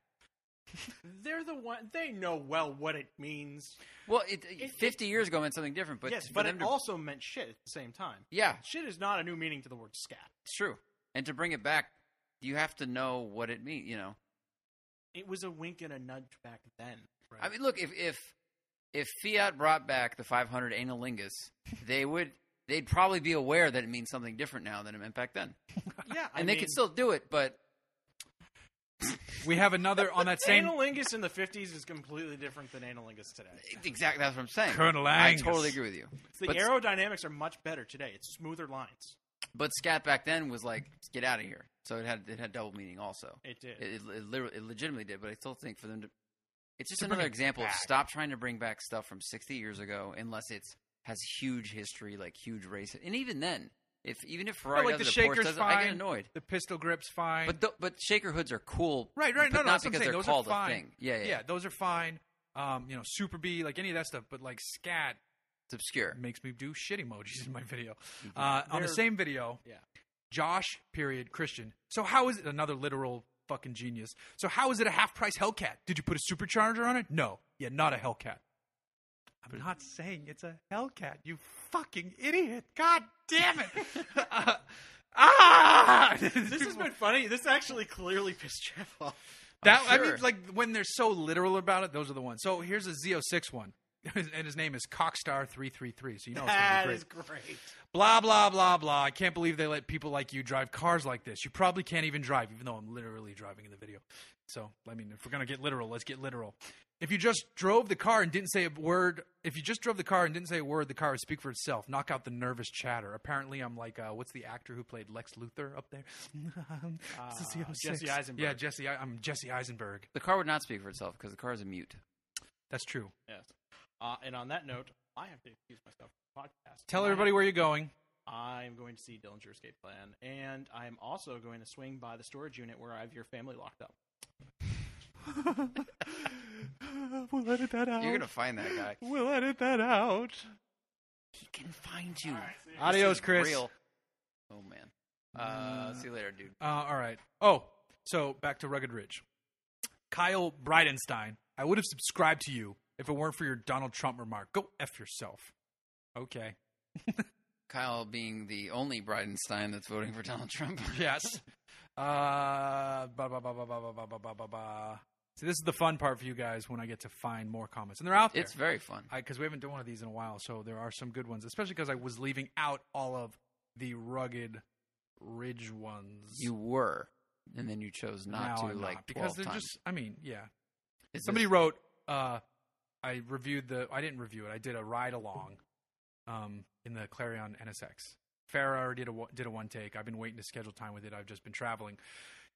Speaker 3: They're the one. They know well what it means.
Speaker 2: Well, it,
Speaker 3: It-
Speaker 2: fifty years ago meant something different, but
Speaker 3: yes,
Speaker 2: for
Speaker 3: but
Speaker 2: them
Speaker 3: it
Speaker 2: to-
Speaker 3: also meant shit at the same time.
Speaker 2: yeah,
Speaker 3: Shit is not a new meaning to the word scat.
Speaker 2: it's true. And to bring it back, you have to know what it means. You know,
Speaker 3: It was a wink and a nudge back then. Right?
Speaker 2: I mean, look if if if Fiat brought back the 500 analingus, they would they'd probably be aware that it means something different now than it meant back then,
Speaker 3: yeah, I
Speaker 2: and they
Speaker 3: mean,
Speaker 2: could still do it. But
Speaker 1: We have another on that same.
Speaker 3: analingus in the fifties is completely different than analingus today.
Speaker 2: exactly that's what I'm saying.
Speaker 1: Colonel
Speaker 2: I
Speaker 1: Angus.
Speaker 2: totally agree with you.
Speaker 3: The
Speaker 2: But-
Speaker 3: aerodynamics are much better today. It's smoother lines.
Speaker 2: But scat back then was like get out of here, so it had it had double meaning also.
Speaker 3: It did.
Speaker 2: It, it, it, literally, it legitimately did, but I still think for them to. It's just
Speaker 1: To bring
Speaker 2: another
Speaker 1: it
Speaker 2: example of
Speaker 1: back.
Speaker 2: stop trying to bring back stuff from 60 years ago unless it's has huge history, like huge race. And even then, if even if Ferrari
Speaker 1: like the
Speaker 2: does it, Porsche
Speaker 1: shaker's
Speaker 2: does it, I get
Speaker 1: fine.
Speaker 2: annoyed.
Speaker 1: The pistol grip's fine.
Speaker 2: But th- but shaker hoods are cool,
Speaker 1: right, right,
Speaker 2: But
Speaker 1: no, no,
Speaker 2: not
Speaker 1: that's what I'm
Speaker 2: because
Speaker 1: saying.
Speaker 2: they're
Speaker 1: Those
Speaker 2: called
Speaker 1: are
Speaker 2: a
Speaker 1: fine.
Speaker 2: thing. Yeah, yeah, yeah.
Speaker 1: those are fine. Um, you know, Super B, like any of that stuff. But like scat
Speaker 2: it's obscure.
Speaker 1: makes me do shit emojis in my video. Uh, on the
Speaker 3: They're-
Speaker 1: same video,
Speaker 3: Yeah.
Speaker 1: Josh period Christian. So how is it another literal fucking genius? So how is it a half price Hellcat? Did you put a supercharger on it? No, yeah, not a Hellcat. I'm not saying it's a Hellcat. You fucking idiot! God damn it! Uh, ah!
Speaker 3: this has been funny. This actually clearly pissed Jeff off.
Speaker 1: That I
Speaker 2: sure.
Speaker 1: mean, like when they're so literal about it, those are the ones. So here's a Z06 one, and his name is Cockstar three three three. So you know it's gonna
Speaker 3: That
Speaker 1: be great.
Speaker 3: is great.
Speaker 1: Blah blah blah blah. I can't believe they let people like you drive cars like this. You probably can't even drive, even though I'm literally driving in the video. So I mean, if we're gonna get literal, let's get literal. If you just drove the car and didn't say a word, if you just drove the car and didn't say a word, the car would speak for itself. Knock out the nervous chatter. Apparently, I'm like, uh, what's the actor who played Lex Luthor up there? It's the
Speaker 3: Uh, Jesse
Speaker 1: 06.
Speaker 3: Eisenberg.
Speaker 1: Yeah, Jesse. I- I'm Jesse Eisenberg.
Speaker 2: The car would not speak for itself because the car is a mute.
Speaker 1: That's true.
Speaker 3: Yes. Uh, and on that note, I have to excuse myself from the podcast.
Speaker 1: Tell
Speaker 3: I-
Speaker 1: everybody where you're going.
Speaker 3: I'm going to see Dillinger's Escape Plan, and I'm also going to swing by the storage unit where I have your family locked up.
Speaker 1: we'll edit that out.
Speaker 2: You're gonna find that guy.
Speaker 1: We'll edit that out.
Speaker 2: He can find you.
Speaker 1: Adios,
Speaker 2: This is
Speaker 1: Chris.
Speaker 2: real. Oh man. Uh, see you later, dude.
Speaker 1: Uh, all right. Oh, so back to Rugged Ridge. Kyle Bridenstine, I would have subscribed to you if it weren't for your Donald Trump remark. Go F yourself. Okay.
Speaker 2: Kyle being the only Bridenstine that's voting for Donald Trump.
Speaker 1: Yes. uh, ba, ba, ba, ba, ba, ba, ba, ba, ba, ba. See, this is the fun part for you guys when I get to find more comments. And they're out there.
Speaker 2: It's very fun.
Speaker 1: because we haven't done one of these in a while, so there are some good ones, especially because I was leaving out all of the rugged ridge ones.
Speaker 2: You were, and then you chose not
Speaker 1: Now
Speaker 2: to
Speaker 1: I'm
Speaker 2: like
Speaker 1: not, because
Speaker 2: 12
Speaker 1: they're
Speaker 2: times.
Speaker 1: just. I mean, yeah.
Speaker 2: Is this-
Speaker 1: Somebody wrote. Uh, I reviewed the. I didn't review it. I did a ride along, um, in the Clarion NSX. Farah already did a one- did a one take. I've been waiting to schedule time with it. I've just been traveling.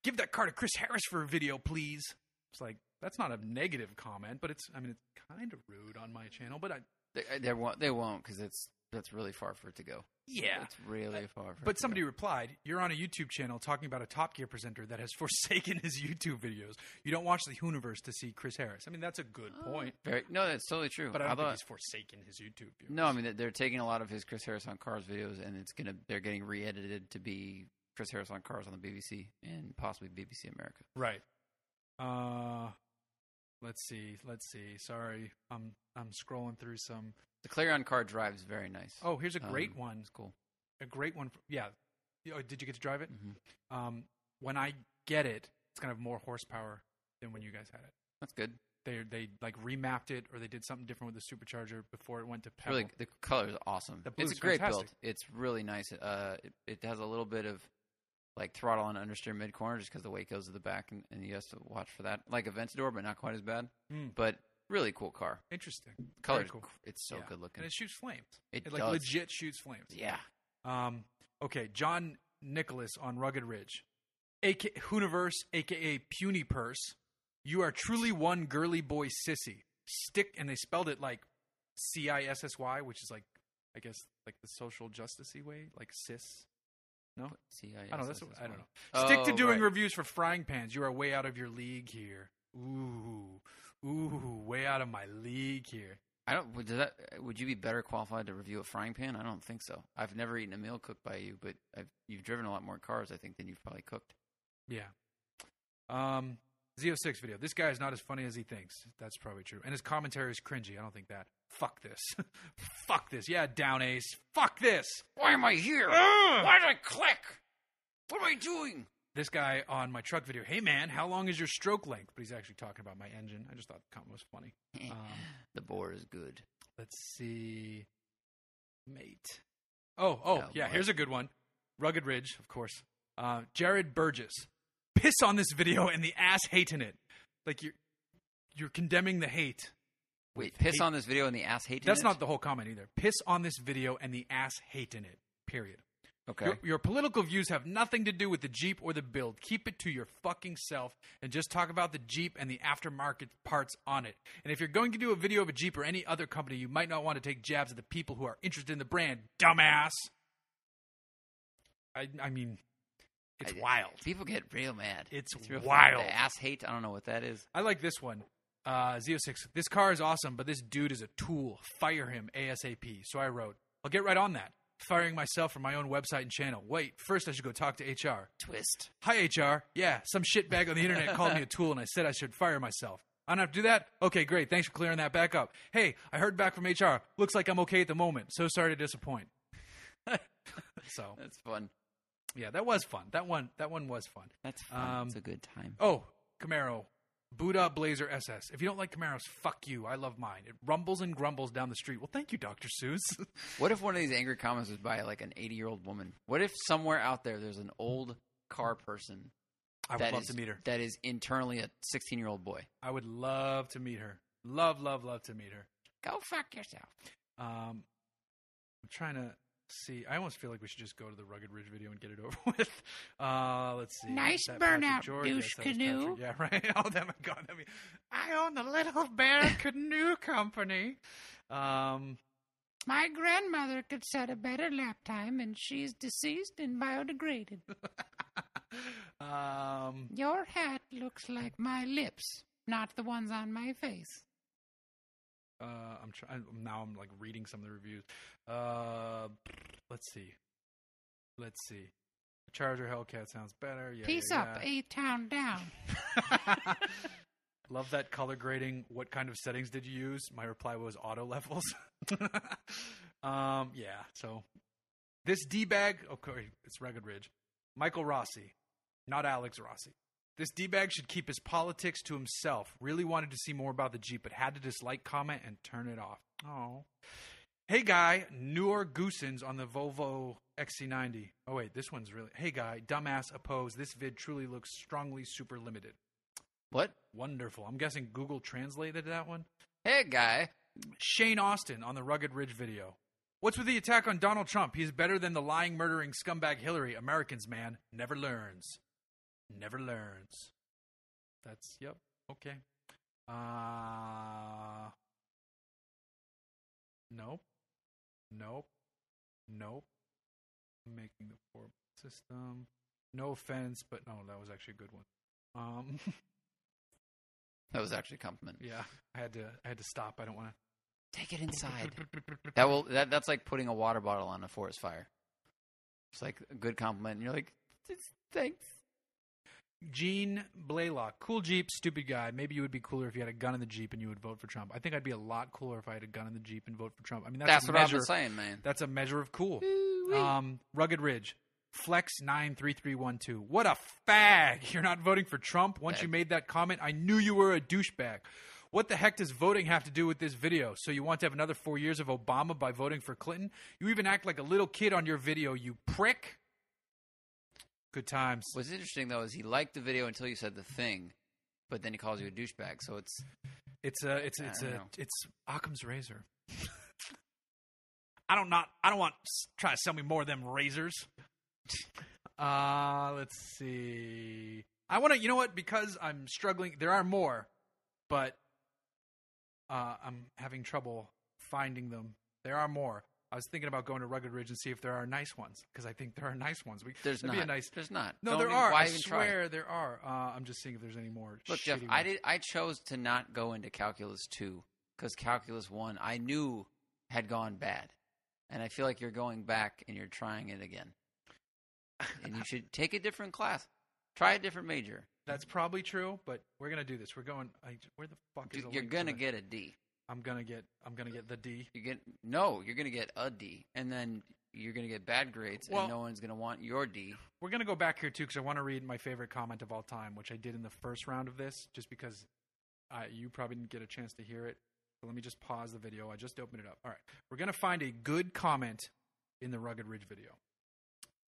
Speaker 1: Give that car to Chris Harris for a video, please. It's like that's not a negative comment, but it's. I mean, it's kind of rude on my channel, but I.
Speaker 2: they, they won't. They won't because it's that's really far for it to go.
Speaker 1: Yeah, Uh,
Speaker 2: it's really far. For it
Speaker 1: But
Speaker 2: to
Speaker 1: somebody
Speaker 2: go.
Speaker 1: replied, "You're on a YouTube channel talking about a Top Gear presenter that has forsaken his YouTube videos. You don't watch the Hooniverse to see Chris Harris. I mean, that's a good
Speaker 2: Oh.
Speaker 1: point,
Speaker 2: Very, no, that's totally true.
Speaker 1: but I don't
Speaker 2: Although-
Speaker 1: think he's forsaken his YouTube. Viewers.
Speaker 2: no, I mean they're- they're taking a lot of his Chris Harris on Cars videos, and it's gonna they're getting re-edited to be Chris Harris on Cars on the BBC and possibly BBC America.
Speaker 1: right? Uh, let's see, let's see. Sorry, I'm I'm scrolling through some.
Speaker 2: The Clarion car drives very nice.
Speaker 1: Oh, here's a great
Speaker 2: Um,
Speaker 1: one.
Speaker 2: It's cool.
Speaker 1: A great one. f- Yeah. Oh, did you get to drive it?
Speaker 2: Mhm.
Speaker 1: Um, when I get it, it's gonna have more horsepower than when you guys had it.
Speaker 2: That's good. It's
Speaker 1: They they like remapped it, or they did something different with the supercharger before it went to pedal.
Speaker 2: Really, the color is awesome.
Speaker 1: The
Speaker 2: it's
Speaker 1: blue's
Speaker 2: a great
Speaker 1: fantastic.
Speaker 2: build. It's really nice. Uh, it, it has a little bit of like throttle on understeer mid corner just because the weight goes to the back, and, and you have to watch for that. Like a Aventador, but not quite as bad.
Speaker 1: Mm.
Speaker 2: But really cool car.
Speaker 1: Interesting.
Speaker 2: Color,
Speaker 1: cool.
Speaker 2: it's so
Speaker 1: Yeah.
Speaker 2: good looking.
Speaker 1: and it shoots flames.
Speaker 2: It
Speaker 1: It, like
Speaker 2: does.
Speaker 1: legit shoots flames.
Speaker 2: yeah,
Speaker 1: Um. Okay, John Nicholas on Rugged Ridge, aka Hooniverse, aka Puny Purse. You are truly one girly boy sissy. Stick, and they spelled it like C I S S Y, which is like, I guess, like the social justicey way, like cis.
Speaker 2: see,
Speaker 1: I don't know. That's what, I don't know. Stick
Speaker 2: Oh,
Speaker 1: to doing reviews for frying pans. You are way out of your league here. Ooh, ooh, way out of my league here.
Speaker 2: I don't. Would that? Would you be better qualified to review a frying pan? I don't think so. I've never eaten a meal cooked by you, but I've, you've driven a lot more cars, I think, than you've probably cooked.
Speaker 1: Yeah. Um, Z06 video. This guy is not as funny as he thinks. That's probably true. And his commentary is cringy. I don't think that. Fuck this. Fuck this. Yeah, down ace. Fuck this.
Speaker 2: Why am I here?
Speaker 1: Ugh.
Speaker 2: Why did I click? What am I doing?
Speaker 1: This guy on my truck video, hey man, how long is your stroke length? But he's actually talking about my engine. I just thought the comment was funny. Um,
Speaker 2: the boar is good.
Speaker 1: Let's see. Mate. Oh, oh,
Speaker 2: Oh,
Speaker 1: yeah,
Speaker 2: boy.
Speaker 1: here's a good one. Rugged Ridge, of course. Uh, Jared Burgess. Piss on this video and the ass hating it. Like you're you're condemning the hate.
Speaker 2: Wait, piss
Speaker 1: hate-
Speaker 2: on this video and the ass hating
Speaker 1: That's
Speaker 2: it?
Speaker 1: not the whole comment either. Piss on this video and the ass hating it. Period.
Speaker 2: okay.
Speaker 1: Your, your political views have nothing to do with the Jeep or the build. Keep it to your fucking self and just talk about the Jeep and the aftermarket parts on it. And if you're going to do a video of a Jeep or any other company, you might not want to take jabs at the people who are interested in the brand, dumbass. I, I mean, it's
Speaker 2: I-
Speaker 1: wild.
Speaker 2: People get real mad.
Speaker 1: It's
Speaker 2: real
Speaker 1: wild.
Speaker 2: The ass hate. I don't know what that is.
Speaker 1: I like this one. Uh, Z06. This car is awesome, but this dude is a tool. Fire him ASAP. So I wrote, I'll get right on that. Firing myself from my own website and channel. Wait, first I should go talk to HR.
Speaker 2: Twist.
Speaker 1: Hi, HR. Yeah, some shitbag on the internet called me a tool and I said I should fire myself. I don't have to do that? Okay, great. Thanks for clearing that back up. Hey, I heard back from HR. Looks like I'm okay at the moment. So sorry to disappoint. so,
Speaker 2: That's fun.
Speaker 1: yeah, that was fun. That one that one was fun.
Speaker 2: That's fun.
Speaker 1: Um,
Speaker 2: it's a good time.
Speaker 1: Oh, Camaro. Buddha Blazer SS. If you don't like Camaros, fuck you. I love mine. It rumbles and grumbles down the street. Well, thank you, Dr. Seuss.
Speaker 2: What if one of these angry comments was by like an 80 year old woman? What if somewhere out there there's an old car person
Speaker 1: I would
Speaker 2: that
Speaker 1: love
Speaker 2: is-
Speaker 1: to meet her.
Speaker 2: that is internally a 16 year old boy?
Speaker 1: I would love to meet her. Love, love, love to meet her.
Speaker 2: Go fuck yourself.
Speaker 1: Um, I'm trying to see. I almost feel like we should just go to the Rugged Ridge video and get it over with. Uh, let's see.
Speaker 2: Nice
Speaker 1: That Patrick
Speaker 2: burnout,
Speaker 1: George,
Speaker 2: douche
Speaker 1: yes, that was
Speaker 2: canoe.
Speaker 1: Patrick. Yeah, right. Oh, that, my God. That mean, I own the Little Bear Canoe Company. Um,
Speaker 2: My grandmother could set a better lap time, and she's deceased and biodegraded.
Speaker 1: um,
Speaker 2: Your hat looks like my lips, not the ones on my face.
Speaker 1: uh, I'm trying now. I'm like reading some of the reviews. Uh, let's see. Let's see. Charger Hellcat sounds better. Yeah,
Speaker 4: Peace
Speaker 1: yeah,
Speaker 4: up,
Speaker 1: yeah.
Speaker 4: a town down.
Speaker 1: Love that color grading. What kind of settings did you use? My reply was auto levels. um, yeah. So this D bag, okay, it's Rugged Ridge. Michael Rossi, not Alex Rossi. This D bag should keep his politics to himself. Really wanted to see more about the Jeep, but had to dislike comment and turn it off. Oh. Hey guy, newer goosens on the Volvo XC90. Oh wait, this one's really. Hey guy, dumbass oppose. This vid truly looks strongly super limited.
Speaker 2: What?
Speaker 1: Wonderful. I'm guessing Google translated that one.
Speaker 2: Hey, guy.
Speaker 1: Shane Austin on the Rugged Ridge video. What's with the attack on Donald Trump? He's better than the lying, murdering scumbag Hillary. Americans, man, never learns. Never learns. That's, yep, okay. Uh, nope. Nope. Nope. Making the poor system. No offense, but no, that was actually a good one. Um,
Speaker 2: That was actually a compliment.
Speaker 1: yeah, I had to, I had to stop. I don't want to.
Speaker 2: Take it inside. that will that, that's like putting a water bottle on a forest fire. It's like a good compliment. And you're like, "Just thanks.
Speaker 1: Gene Blaylock, cool Jeep, stupid guy. Maybe you would be cooler if you had a gun in the Jeep and you would vote for Trump. I think I'd be a lot cooler if I had a gun in the Jeep and vote for Trump. I mean,
Speaker 2: That's,
Speaker 1: that's, a
Speaker 2: what I've
Speaker 1: measure,
Speaker 2: been saying, man.
Speaker 1: That's a measure of cool.
Speaker 2: Ooh-wee.
Speaker 1: Um, Rugged Ridge, Flex nine three three one two. What a fag! You're not voting for Trump. Once you
Speaker 2: Fag.
Speaker 1: made that comment, I knew you were a douchebag. What the heck does voting have to do with this video? So you want to have another four years of Obama by voting for Clinton? You even act like a little kid on your video, you prick. Good times.
Speaker 2: What's interesting though is he liked the video until you said the thing, but then he calls you a douchebag. So it's
Speaker 1: It's a it's
Speaker 2: I
Speaker 1: it's
Speaker 2: don't
Speaker 1: a
Speaker 2: know.
Speaker 1: it's Occam's razor. I don't not I don't want s- try to sell me more of them razors. Uh let's see. I want to you know what because I'm struggling there are more but uh I'm having trouble finding them. There are more. I was thinking about going to Rugged Ridge and see if there are nice ones because I think there are nice ones. We,
Speaker 2: there's
Speaker 1: that'd
Speaker 2: not.
Speaker 1: be a nice
Speaker 2: There's not.
Speaker 1: No,
Speaker 2: Don't
Speaker 1: there
Speaker 2: even-
Speaker 1: are.
Speaker 2: Why
Speaker 1: I
Speaker 2: even
Speaker 1: swear there are. Uh, I'm just seeing if there's any more.
Speaker 2: Try? Look, Jeff,
Speaker 1: shitty
Speaker 2: I
Speaker 1: ones.
Speaker 2: did. I chose to not go into calculus two because calculus one I knew had gone bad, and I feel like you're going back and you're trying it again. and you should take a different class. Try a different major.
Speaker 1: That's probably true, but we're gonna do this. We're going. I, where the fuck is?
Speaker 2: Dude,
Speaker 1: the
Speaker 2: you're
Speaker 1: link
Speaker 2: gonna
Speaker 1: to the-
Speaker 2: get a D.
Speaker 1: I'm gonna get. I'm gonna get the D.
Speaker 2: You get no. You're gonna get a D, and then you're going to get bad grades,
Speaker 1: Well-
Speaker 2: and no one's going to want your D.
Speaker 1: We're gonna go back here too because I want to read my favorite comment of all time, which I did in the first round of this, just because uh, you probably didn't get a chance to hear it. So let me just pause the video. I just opened it up. All right, we're gonna find a good comment in the Rugged Ridge video.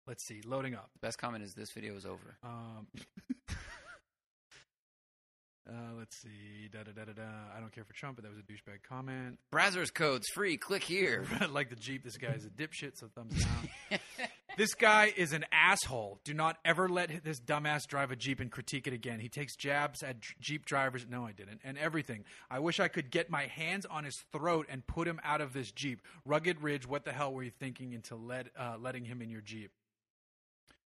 Speaker 1: Let's see, loading up.
Speaker 2: Best comment is this video is over.
Speaker 1: Um, uh, let's see. Da, da, da, da, da. I don't care for Trump, but that was a douchebag comment.
Speaker 2: Browser's codes free. Click here.
Speaker 1: like the Jeep, this guy is a dipshit, so thumbs down. this guy is an asshole. Do not ever let this dumbass drive a Jeep and critique it again. He takes jabs at dr- Jeep drivers. No, I didn't. And everything. I wish I could get my hands on his throat and put him out of this Jeep. Rugged Ridge, what the hell were you thinking into let, uh, letting him in your Jeep?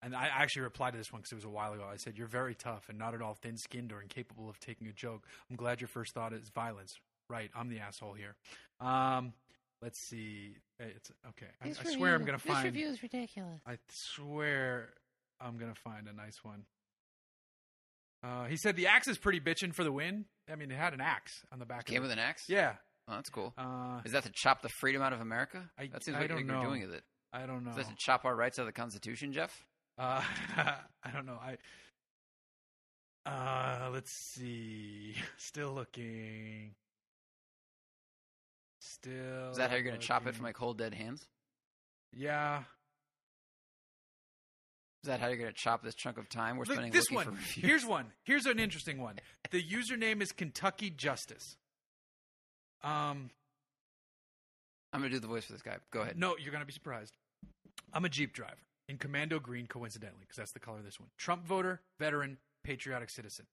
Speaker 1: And I actually replied to this one because it was a while ago. I said, You're very tough and not at all thin skinned or incapable of taking a joke. I'm glad your first thought is violence. Right, I'm the asshole here. Um, let's see. It's okay. I, I swear I'm gonna find.
Speaker 4: This review is ridiculous.
Speaker 1: I swear I'm gonna find a nice one. Uh, he said the axe is pretty bitchin' for the win. I mean, it had an axe on the back.
Speaker 2: Came
Speaker 1: of
Speaker 2: with
Speaker 1: it.
Speaker 2: an axe.
Speaker 1: Yeah.
Speaker 2: oh, that's cool.
Speaker 1: Uh,
Speaker 2: Is that to chop the freedom out of America?
Speaker 1: I-
Speaker 2: that seems
Speaker 1: I
Speaker 2: like
Speaker 1: don't
Speaker 2: what you're
Speaker 1: know.
Speaker 2: doing with it.
Speaker 1: I don't know.
Speaker 2: Is that to chop our rights out of the Constitution, Jeff?
Speaker 1: Uh, I don't know. I. Uh, let's see. Still looking. Still.
Speaker 2: Is that how you're going to chop it from
Speaker 1: looking.
Speaker 2: my cold dead hands?
Speaker 1: Yeah.
Speaker 2: Is that how you're going to chop this chunk of time we're
Speaker 1: Look,
Speaker 2: spending
Speaker 1: this
Speaker 2: looking
Speaker 1: one.
Speaker 2: for reviews?
Speaker 1: Here's one. Here's an interesting one. The username is Kentucky Justice. Um.
Speaker 2: I'm going to do the voice for this guy. Go ahead.
Speaker 1: No, you're going to be surprised. I'm a Jeep driver in commando green, coincidentally, because that's the color of this one. Trump voter, veteran, patriotic citizen.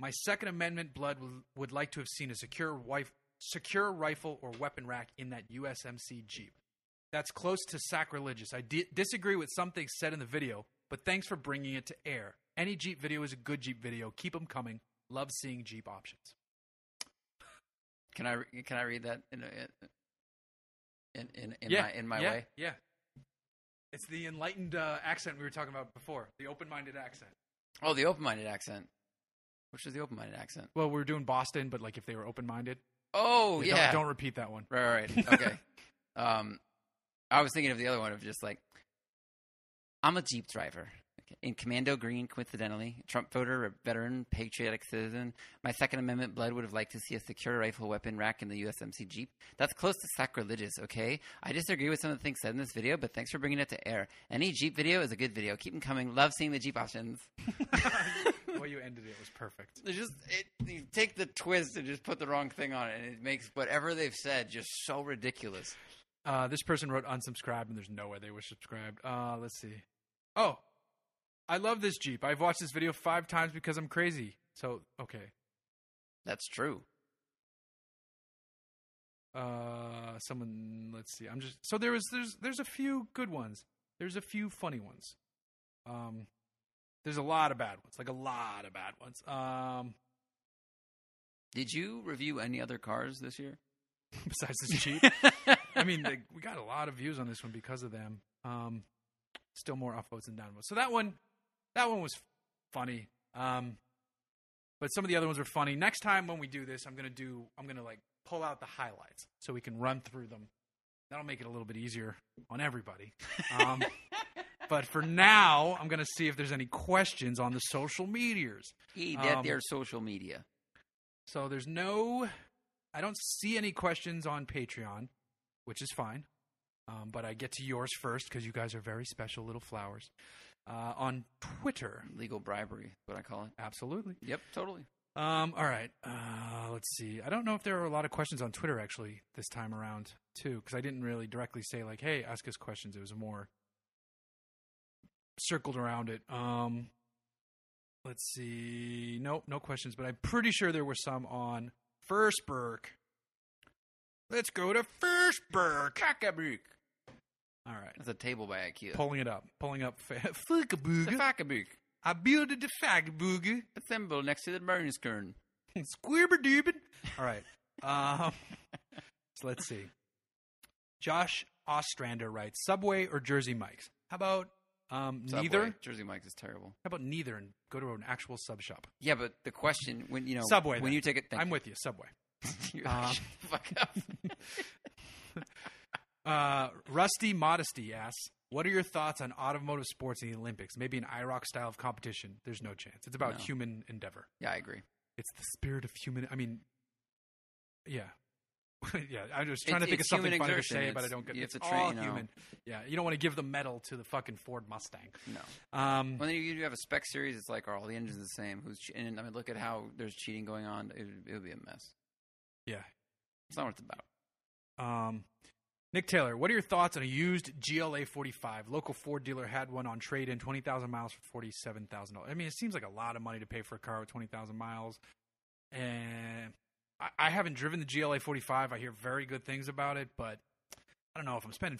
Speaker 1: My Second Amendment blood w- would like to have seen a secure, wife, secure rifle or weapon rack in that USMC Jeep. That's close to sacrilegious. I di- disagree with some things said in the video, but thanks for bringing it to air. Any Jeep video is a good Jeep video. Keep them coming. Love seeing Jeep options.
Speaker 2: Can I re- can I read that in a, in in, in my in my
Speaker 1: yeah,
Speaker 2: way?
Speaker 1: Yeah. It's the enlightened uh, accent we were talking about before, the open minded accent.
Speaker 2: Oh, the open-minded accent. Which is the open-minded accent?
Speaker 1: Well, we were doing Boston, but like if they were open minded.
Speaker 2: Oh, yeah.
Speaker 1: Don't, don't repeat that one.
Speaker 2: Right, right. right. Okay. um, I was thinking of the other one of just like, I'm a Jeep driver in commando green, coincidentally, Trump voter, a veteran, patriotic citizen. My Second Amendment blood would have liked to see a secure rifle weapon rack in the USMC Jeep. That's close to sacrilegious, okay? I disagree with some of the things said in this video, but thanks for bringing it to air. Any Jeep video is a good video. Keep them coming. Love seeing the Jeep options.
Speaker 1: the way you ended it was perfect.
Speaker 2: They just it, you take the twist and just put the wrong thing on it, and it makes whatever they've said just so ridiculous.
Speaker 1: Uh, this person wrote unsubscribed, and there's no way they were subscribed. Uh, let's see. Oh, I love this Jeep. I've watched this video five times because I'm crazy. So, okay.
Speaker 2: That's true.
Speaker 1: Uh, someone, let's see. I'm just, so there was, there's, there's a few good ones. There's a few funny ones. Um, there's a lot of bad ones, like a lot of bad ones. Um,
Speaker 2: Did you review any other cars this year?
Speaker 1: besides this Jeep. I mean, they, we got a lot of views on this one because of them. Um, still more upvotes than downvotes. So that one, that one was funny. Um, but some of the other ones were funny. Next time when we do this, I'm gonna do, I'm gonna like pull out the highlights so we can run through them. That'll make it a little bit easier on everybody. Um, but for now, I'm gonna see if there's any questions on the social medias.
Speaker 2: Eat at
Speaker 1: Um,
Speaker 2: their social media.
Speaker 1: So there's no, I don't see any questions on Patreon, which is fine. Um, but I get to yours first because you guys are very special little flowers. Uh, on Twitter,
Speaker 2: Legal bribery, is what I call it.
Speaker 1: absolutely.
Speaker 2: Yep, totally.
Speaker 1: Um, all right, uh, let's see. I don't know if there are a lot of questions on Twitter actually this time around too, because I didn't really directly say like, "Hey, ask us questions." It was more circled around it. Um, let's see. Nope, no questions, but I'm pretty sure there were some on Firstburg. Let's go to Firstburg.
Speaker 2: Kakabuk.
Speaker 1: All right,
Speaker 2: That's a table by IKEA.
Speaker 1: pulling it up, pulling up. Fa-
Speaker 2: the
Speaker 1: Fuckabooga.
Speaker 2: Fakabuk.
Speaker 1: I build the Fagabooga.
Speaker 2: The symbol next to the Burns Kern.
Speaker 1: Squibber doobin. All right. Um, so let's see. Josh Ostrander writes Subway or Jersey Mike's? How about um,
Speaker 2: Subway.
Speaker 1: neither? How
Speaker 2: Jersey Mike's is terrible.
Speaker 1: about neither and go to an actual sub shop?
Speaker 2: Yeah, but the question when you know
Speaker 1: Subway,
Speaker 2: when
Speaker 1: then.
Speaker 2: you take it, thank
Speaker 1: I'm Ah.
Speaker 2: you.
Speaker 1: with you, Subway.
Speaker 2: You're like,
Speaker 1: Um,
Speaker 2: "Shut the fuck up.
Speaker 1: Uh, Rusty Modesty asks, "What are your thoughts on automotive sports in the Olympics? Maybe an IROC style of competition? There's no chance. It's about
Speaker 2: No.
Speaker 1: human endeavor.
Speaker 2: Yeah, I agree.
Speaker 1: It's the spirit of human. I mean, yeah." yeah, I'm just trying to
Speaker 2: It's-
Speaker 1: think of
Speaker 2: it's
Speaker 1: something
Speaker 2: human
Speaker 1: funny to
Speaker 2: exertion.
Speaker 1: say, but I
Speaker 2: It's-
Speaker 1: don't get
Speaker 2: you
Speaker 1: it's
Speaker 2: have to train,
Speaker 1: all
Speaker 2: you know.
Speaker 1: human. Yeah, you don't want to give the medal to the fucking Ford Mustang.
Speaker 2: No.
Speaker 1: Um,
Speaker 2: When you do have a spec series, it's like, are all the engines the same? Who's che- and I mean, look at how there's cheating going on. It, would- it would be a mess.
Speaker 1: yeah.
Speaker 2: It's not what it's about.
Speaker 1: Um, Nick Taylor, what are your thoughts on a used GLA 45? Local Ford dealer had one on trade in 20,000 miles for $47,000. I mean, it seems like a lot of money to pay for a car with 20,000 miles. And I, I haven't driven the GLA 45. I hear very good things about it, but I don't know if I'm spending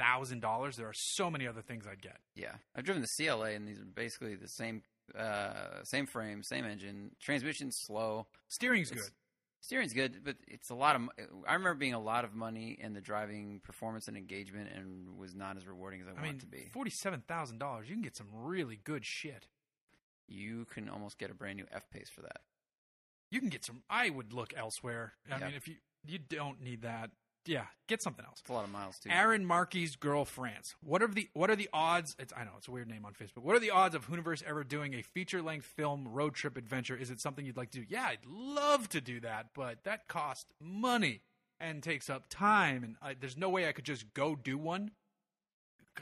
Speaker 1: $47,000. There are so many other things I'd get.
Speaker 2: Yeah, I've driven the CLA, and these are basically the same, uh, same frame, same engine. Transmission's slow.
Speaker 1: Steering's
Speaker 2: It's-
Speaker 1: good.
Speaker 2: Steering's good, but it's a lot of. mo- I remember being a lot of money, and the driving performance and engagement, and was not as rewarding as I,
Speaker 1: I
Speaker 2: want
Speaker 1: mean,
Speaker 2: it to be.
Speaker 1: $47,000, you can get some really good shit.
Speaker 2: You can almost get a brand new F Pace for that.
Speaker 1: you can get some. I would look elsewhere. I
Speaker 2: Yeah.
Speaker 1: mean, if you you don't need that, yeah, get something else.
Speaker 2: It's a lot of miles too.
Speaker 1: Aaron Markey's girl France. What are the what are the odds? It's I know it's a weird name on Facebook. What are the odds of Hooniverse ever doing a feature length film road trip adventure? Is it something you'd like to do? Yeah, I'd love to do that, but that costs money and takes up time, and I, there's no way I could just go do one.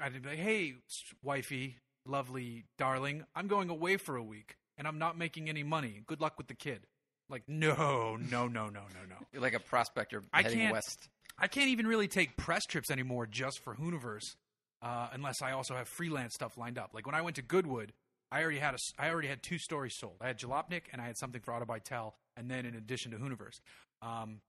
Speaker 1: I'd be like, hey, s- wifey, lovely darling, I'm going away for a week, and I'm not making any money. Good luck with the kid. Like, no, no, no, no, no, no.
Speaker 2: You're like a prospector
Speaker 1: I
Speaker 2: heading
Speaker 1: can't-
Speaker 2: west.
Speaker 1: I can't even really take press trips anymore just for Hooniverse, uh, unless I also have freelance stuff lined up. Like when I went to Goodwood, I already had a s I already had two stories sold. I had Jalopnik and I had something for Autobytel, and then in addition to Hooniverse, um,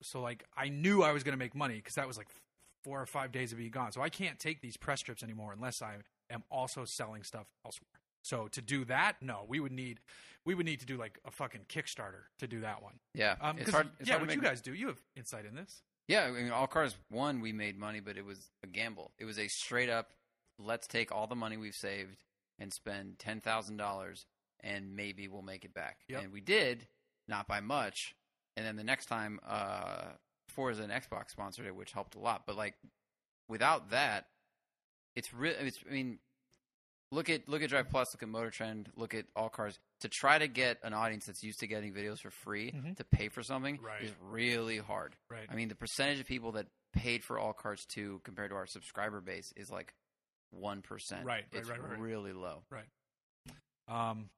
Speaker 1: so like I knew I was going to make money because that was like f- four or five days of being gone. So I can't take these press trips anymore unless I am also selling stuff elsewhere. So to do that, no, we would need we would need to do like a fucking Kickstarter to do that one.
Speaker 2: Yeah,
Speaker 1: Um,
Speaker 2: it's
Speaker 1: 'cause-
Speaker 2: hard. It's
Speaker 1: yeah,
Speaker 2: hard to
Speaker 1: what
Speaker 2: make
Speaker 1: you guys do, you have insight in this.
Speaker 2: Yeah, I mean, all cars one, we made money, but it was a gamble. It was a straight up, let's take all the money we've saved and spend ten thousand dollars, and maybe we'll make it back.
Speaker 1: Yep.
Speaker 2: And we did, not by much. And then the next time, uh, Forza and Xbox sponsored it, which helped a lot. But like, without that, it's real. It's I mean, look at look at Drive Plus, look at Motor Trend, look at all cars. To try to get an audience that's used to getting videos for free
Speaker 1: Mhm.
Speaker 2: to pay for something
Speaker 1: Right.
Speaker 2: is really hard.
Speaker 1: Right.
Speaker 2: I mean, the percentage of people that paid for All Cards 2 compared to our subscriber base is like 1%.
Speaker 1: Right, right,
Speaker 2: It's
Speaker 1: right, right.
Speaker 2: really low.
Speaker 1: Um,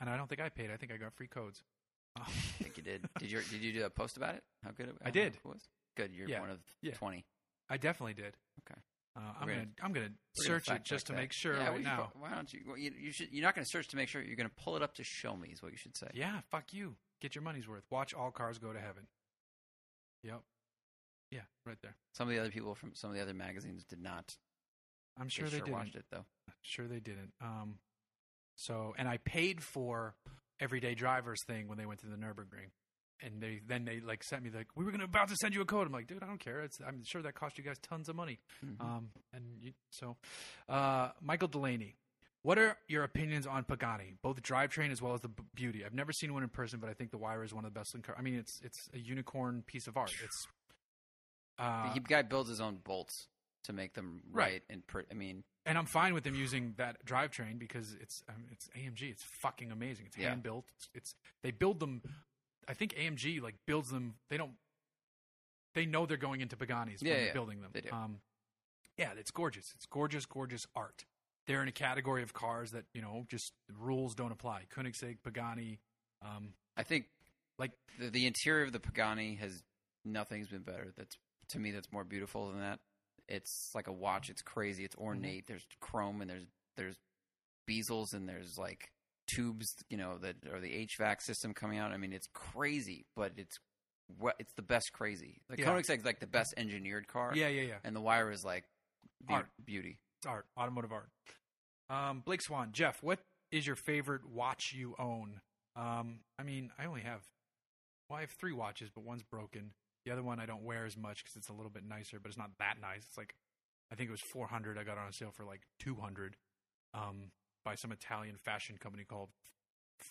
Speaker 1: and I don't think I paid. I think I got free codes. Uh,
Speaker 2: I think you did. did you did you do a post about it? How good it
Speaker 1: I
Speaker 2: how
Speaker 1: did.
Speaker 2: It was? Good. You're
Speaker 1: Yeah,
Speaker 2: one of
Speaker 1: yeah.
Speaker 2: 20.
Speaker 1: I definitely did.
Speaker 2: Okay.
Speaker 1: Uh, I'm
Speaker 2: We're
Speaker 1: gonna,
Speaker 2: gonna-
Speaker 1: I'm gonna
Speaker 2: We're gonna
Speaker 1: search it
Speaker 2: fact
Speaker 1: just to
Speaker 2: check that.
Speaker 1: make sure
Speaker 2: Yeah, what
Speaker 1: right
Speaker 2: do you-
Speaker 1: now.
Speaker 2: Why don't you, well, you, you should, you're not going to search to make sure. You're going to pull it up to show me is what you should say.
Speaker 1: Yeah, fuck you. Get your money's worth. Watch all cars go to heaven. Yep. Yeah, right there.
Speaker 2: Some of the other people from some of the other magazines did not.
Speaker 1: I'm sure they,
Speaker 2: sure
Speaker 1: didn't.
Speaker 2: watched it though.
Speaker 1: Sure they didn't. Um, so and I paid for everyday drivers thing when they went to the Nurburgring, and they then they like sent me like we were gonna about to send you a code. I'm like, dude, I don't care. It's I'm sure that cost you guys tons of money.
Speaker 2: Mhm.
Speaker 1: Um, and you, so, uh, Michael Delaney, what are your opinions on Pagani, both drivetrain as well as the b- beauty? I've never seen one in person, but I think the Wire is one of the best. In car- I mean, it's it's a unicorn piece of art. It's uh,
Speaker 2: the guy builds his own bolts to make them
Speaker 1: Right.
Speaker 2: right, and pr- I mean,
Speaker 1: and I'm fine with them using that drivetrain because it's um, it's AMG. It's fucking amazing. It's
Speaker 2: Yeah.
Speaker 1: hand built. It's, it's they build them. I think AMG like builds them. They don't. They know they're going into Pagani's
Speaker 2: Yeah,
Speaker 1: when they're
Speaker 2: yeah,
Speaker 1: building them.
Speaker 2: they do.
Speaker 1: Um, yeah, it's gorgeous. It's gorgeous, gorgeous art. They're in a category of cars that you know just rules don't apply. Koenigsegg, Pagani, um,
Speaker 2: I think
Speaker 1: like
Speaker 2: the, the interior of the Pagani has nothing's been better. That's to me that's more beautiful than that. It's like a watch. It's crazy.
Speaker 1: Mm-hmm.
Speaker 2: It's ornate. There's chrome and there's there's bezels and there's like tubes, you know, that or the HVAC system coming out. I mean, it's crazy, but it's what it's the best crazy. The
Speaker 1: Yeah.
Speaker 2: Koenigsegg is like the best engineered car.
Speaker 1: yeah, yeah, yeah.
Speaker 2: and the Wire is like the
Speaker 1: Art.
Speaker 2: beauty.
Speaker 1: It's art, automotive art. Um, Blake Swan, Jeff, what is your favorite watch you own? Um, I mean, I only have, well, I have three watches, but one's broken. The other one I don't wear as much because it's a little bit nicer, but it's not that nice. It's like, I think it was 400. I got it on sale for like 200 um, by some Italian fashion company called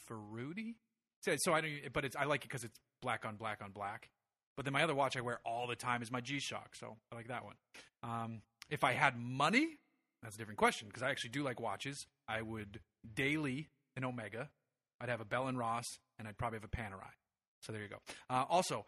Speaker 1: Ferruti. So, so I don't, but it's, I like it because it's black on black on black. But then my other watch I wear all the time is my G Shock, so I like that one. Um, if I had money, that's a different question because I actually do like watches. I would daily an Omega, I'd have a Bell and Ross, and I'd probably have a Panerai. So there you go. Uh, also,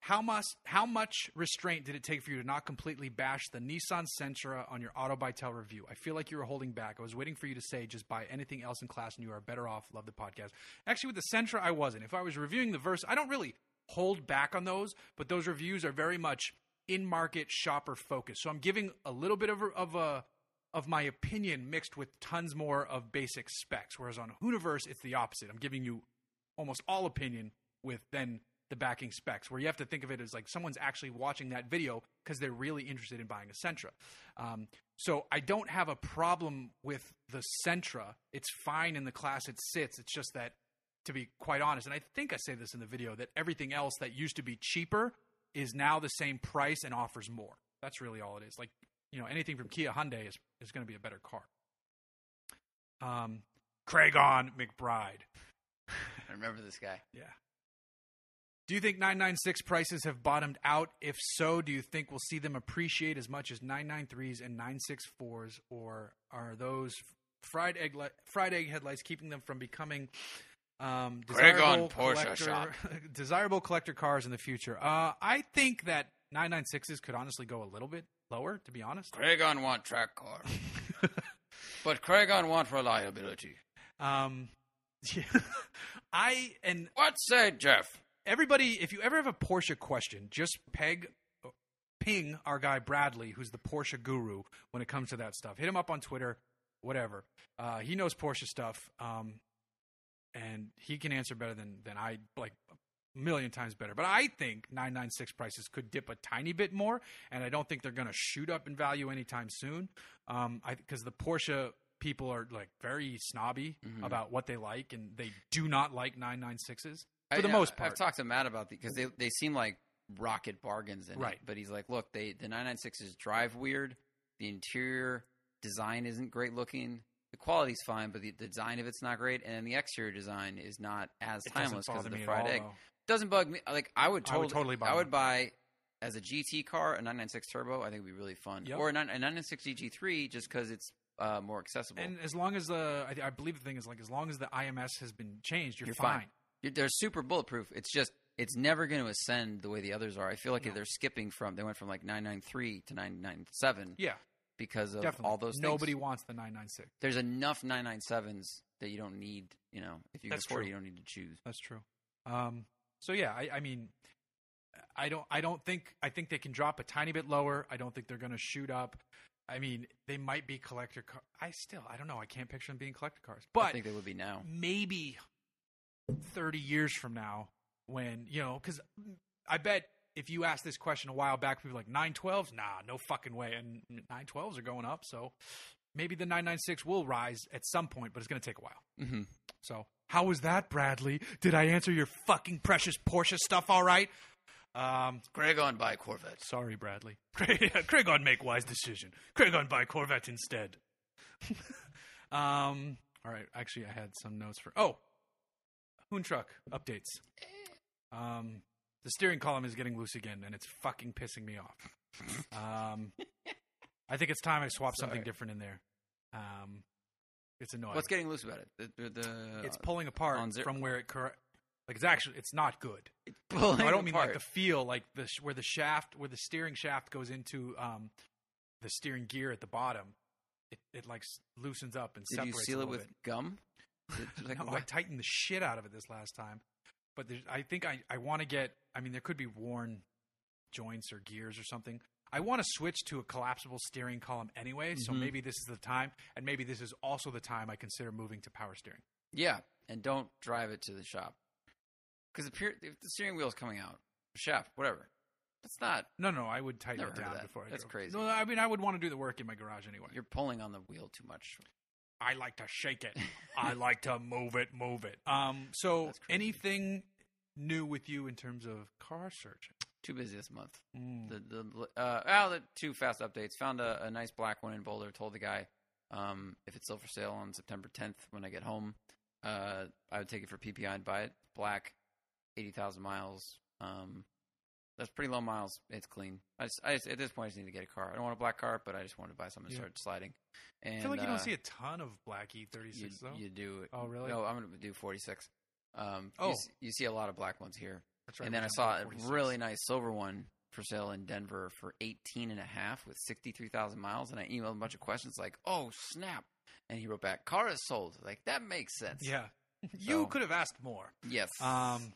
Speaker 1: how much how much restraint did it take for you to not completely bash the Nissan Sentra on your auto Bytel review? I feel like you were holding back. I was waiting for you to say just buy anything else in class and you are better off. Love the podcast. Actually, with the Sentra, I wasn't. If I was reviewing the verse, I don't really hold back on those, but those reviews are very much in market shopper focused. So I'm giving a little bit of a, of a of my opinion mixed with tons more of basic specs. Whereas on Hooniverse, it's the opposite. I'm giving you almost all opinion with then the backing specs, where you have to think of it as like someone's actually watching that video because they're really interested in buying a Sentra. Um, so I don't have a problem with the Sentra. It's fine in the class it sits. It's just that, to be quite honest, and I think I say this in the video, that everything else that used to be cheaper is now the same price and offers more. That's really all it is. Like, you know, anything from Kia Hyundai is, is going to be a better car. Um, Craigon McBride.
Speaker 2: I remember this guy.
Speaker 1: Yeah. Do you think 996 prices have bottomed out? If so, do you think we'll see them appreciate as much as 993s and 964s, or are those fried egg li- fried egg headlights keeping them from becoming um,
Speaker 2: Greg
Speaker 1: desirable
Speaker 2: on Porsche
Speaker 1: collector
Speaker 2: shop.
Speaker 1: desirable collector cars in the future? Uh, I think that 996s could honestly go a little bit lower, to be honest.
Speaker 2: Craigon want track car, but Craigon want reliability.
Speaker 1: Um, I and
Speaker 2: What say, Jeff?
Speaker 1: everybody, if you ever have a Porsche question, just peg, ping our guy Bradley, who's the Porsche guru when it comes to that stuff. Hit him up on Twitter, whatever. Uh, he knows Porsche stuff, um, and he can answer better than than I like a million times better. But I think 996 prices could dip a tiny bit more, and I don't think they're going to shoot up in value anytime soon. Um, I because the Porsche people are like very snobby
Speaker 2: Mhm.
Speaker 1: about what they like, and they do not like 996s.
Speaker 2: I-
Speaker 1: the
Speaker 2: I-
Speaker 1: most part.
Speaker 2: I've talked to Matt about because they they seem like rocket bargains, in it,
Speaker 1: Right.
Speaker 2: But he's like, look, they the 996s drive weird. The interior design isn't great looking. The quality's fine, but the design of it's not great, and then the exterior design is not as
Speaker 1: It doesn't
Speaker 2: timeless because
Speaker 1: bother
Speaker 2: of the
Speaker 1: me at
Speaker 2: fried
Speaker 1: all,
Speaker 2: egg.
Speaker 1: though.
Speaker 2: Doesn't bug me. Like I would
Speaker 1: I
Speaker 2: totally,
Speaker 1: would totally buy
Speaker 2: I would
Speaker 1: one.
Speaker 2: buy as a GT car a 996 turbo. I think would be really fun,
Speaker 1: Yep.
Speaker 2: or a, 9, a 996 GT3 just because it's uh, more accessible.
Speaker 1: And as long as the, I, I believe the thing is like, as long as the IMS has been changed, you're,
Speaker 2: You're
Speaker 1: fine.
Speaker 2: fine. You're- they're super bulletproof. It's just it's never going to ascend the way the others are. I feel like
Speaker 1: No.
Speaker 2: they're skipping from they went from like nine nine three to nine nine seven
Speaker 1: Yeah,
Speaker 2: because of
Speaker 1: definitely.
Speaker 2: all those. Things.
Speaker 1: Nobody wants the 996.
Speaker 2: There's enough nine nine sevens that you don't need. You know, if you can
Speaker 1: That's
Speaker 2: afford it,
Speaker 1: true.
Speaker 2: you don't need to choose.
Speaker 1: That's true. Um, so yeah, I, I mean, I don't, I don't think, I think they can drop a tiny bit lower. I don't think they're going to shoot up. I mean, they might be collector. Car- I still, I don't know. I can't picture them being collector cars. But
Speaker 2: I think they would be now.
Speaker 1: maybe 30 years from now when you know because i bet if you asked this question a while back people were like 912s nah no fucking way and 912s are going up so maybe the 996 will rise at some point but it's going to take a while
Speaker 2: hmm
Speaker 1: so how was that bradley did i answer your fucking precious porsche stuff all right um
Speaker 2: Greg on by Corvettes.
Speaker 1: sorry bradley craigon make wise decision craigon buy corvette instead um all right actually i had some notes for oh Hoon truck updates. Um, the steering column is getting loose again, and it's fucking pissing me off. Um, I think it's time I swap something
Speaker 2: Sorry.
Speaker 1: different in there. Um, it's annoying.
Speaker 2: What's getting loose about it? The, the, the-
Speaker 1: it's pulling apart
Speaker 2: uh, on zero-
Speaker 1: from where it correct. Like it's actually it's not good.
Speaker 2: it's pulling
Speaker 1: No, I don't mean like
Speaker 2: apart.
Speaker 1: the feel, like the sh- where the shaft, where the steering shaft goes into um, the steering gear at the bottom. It, it like s- loosens up and
Speaker 2: Did you
Speaker 1: separates. a
Speaker 2: seal it
Speaker 1: little
Speaker 2: with
Speaker 1: bit.
Speaker 2: gum? It's like,
Speaker 1: no, I
Speaker 2: what?
Speaker 1: tightened the shit out of it this last time. But there's, I think I, I want to get. I mean, there could be worn joints or gears or something. I want to switch to a collapsible steering column anyway. So
Speaker 2: Mhm.
Speaker 1: maybe this is the time, and maybe this is also the time I consider moving to power steering.
Speaker 2: Yeah, and don't drive it to the shop because the, pure- if the steering wheel's coming out, the shaft, whatever. That's not.
Speaker 1: No, no, I would tighten
Speaker 2: Never
Speaker 1: it
Speaker 2: heard of
Speaker 1: down
Speaker 2: that.
Speaker 1: before I
Speaker 2: That's
Speaker 1: drove.
Speaker 2: crazy.
Speaker 1: No, I mean I would want to do the work in my garage anyway.
Speaker 2: You're pulling on the wheel too much.
Speaker 1: I like to shake it. I like to move it, move it. Um, so
Speaker 2: That's crazy.
Speaker 1: anything new with you in terms of car searching?
Speaker 2: Too busy this month.
Speaker 1: Mm.
Speaker 2: The the uh, well, the two fast updates. Found a, a nice black one in Boulder. Told the guy um, if it's still for sale on September 10th when I get home, uh, I would take it for PPI and buy it. Black, eighty thousand miles. Um, That's pretty low miles. It's clean. I just, I just, at this point, I just need to get a car. I don't want a black car, but I just wanted to buy something to
Speaker 1: Yeah.
Speaker 2: start sliding. And,
Speaker 1: I feel like you don't
Speaker 2: uh,
Speaker 1: see a ton of black E36
Speaker 2: you,
Speaker 1: though.
Speaker 2: you do.
Speaker 1: oh, really?
Speaker 2: No, I'm gonna do 46. Um, you,
Speaker 1: Oh.
Speaker 2: s- you see a lot of black ones here.
Speaker 1: That's right,
Speaker 2: and then
Speaker 1: we
Speaker 2: I
Speaker 1: jumped
Speaker 2: saw
Speaker 1: to
Speaker 2: a
Speaker 1: 46.
Speaker 2: really nice silver one for sale in Denver for 18 and a half with 63,000 miles. And I emailed a bunch of questions like, oh, snap. And he wrote back, car is sold. Like, that makes sense.
Speaker 1: Yeah, you
Speaker 2: So-
Speaker 1: could have asked more.
Speaker 2: Yes.
Speaker 1: Um,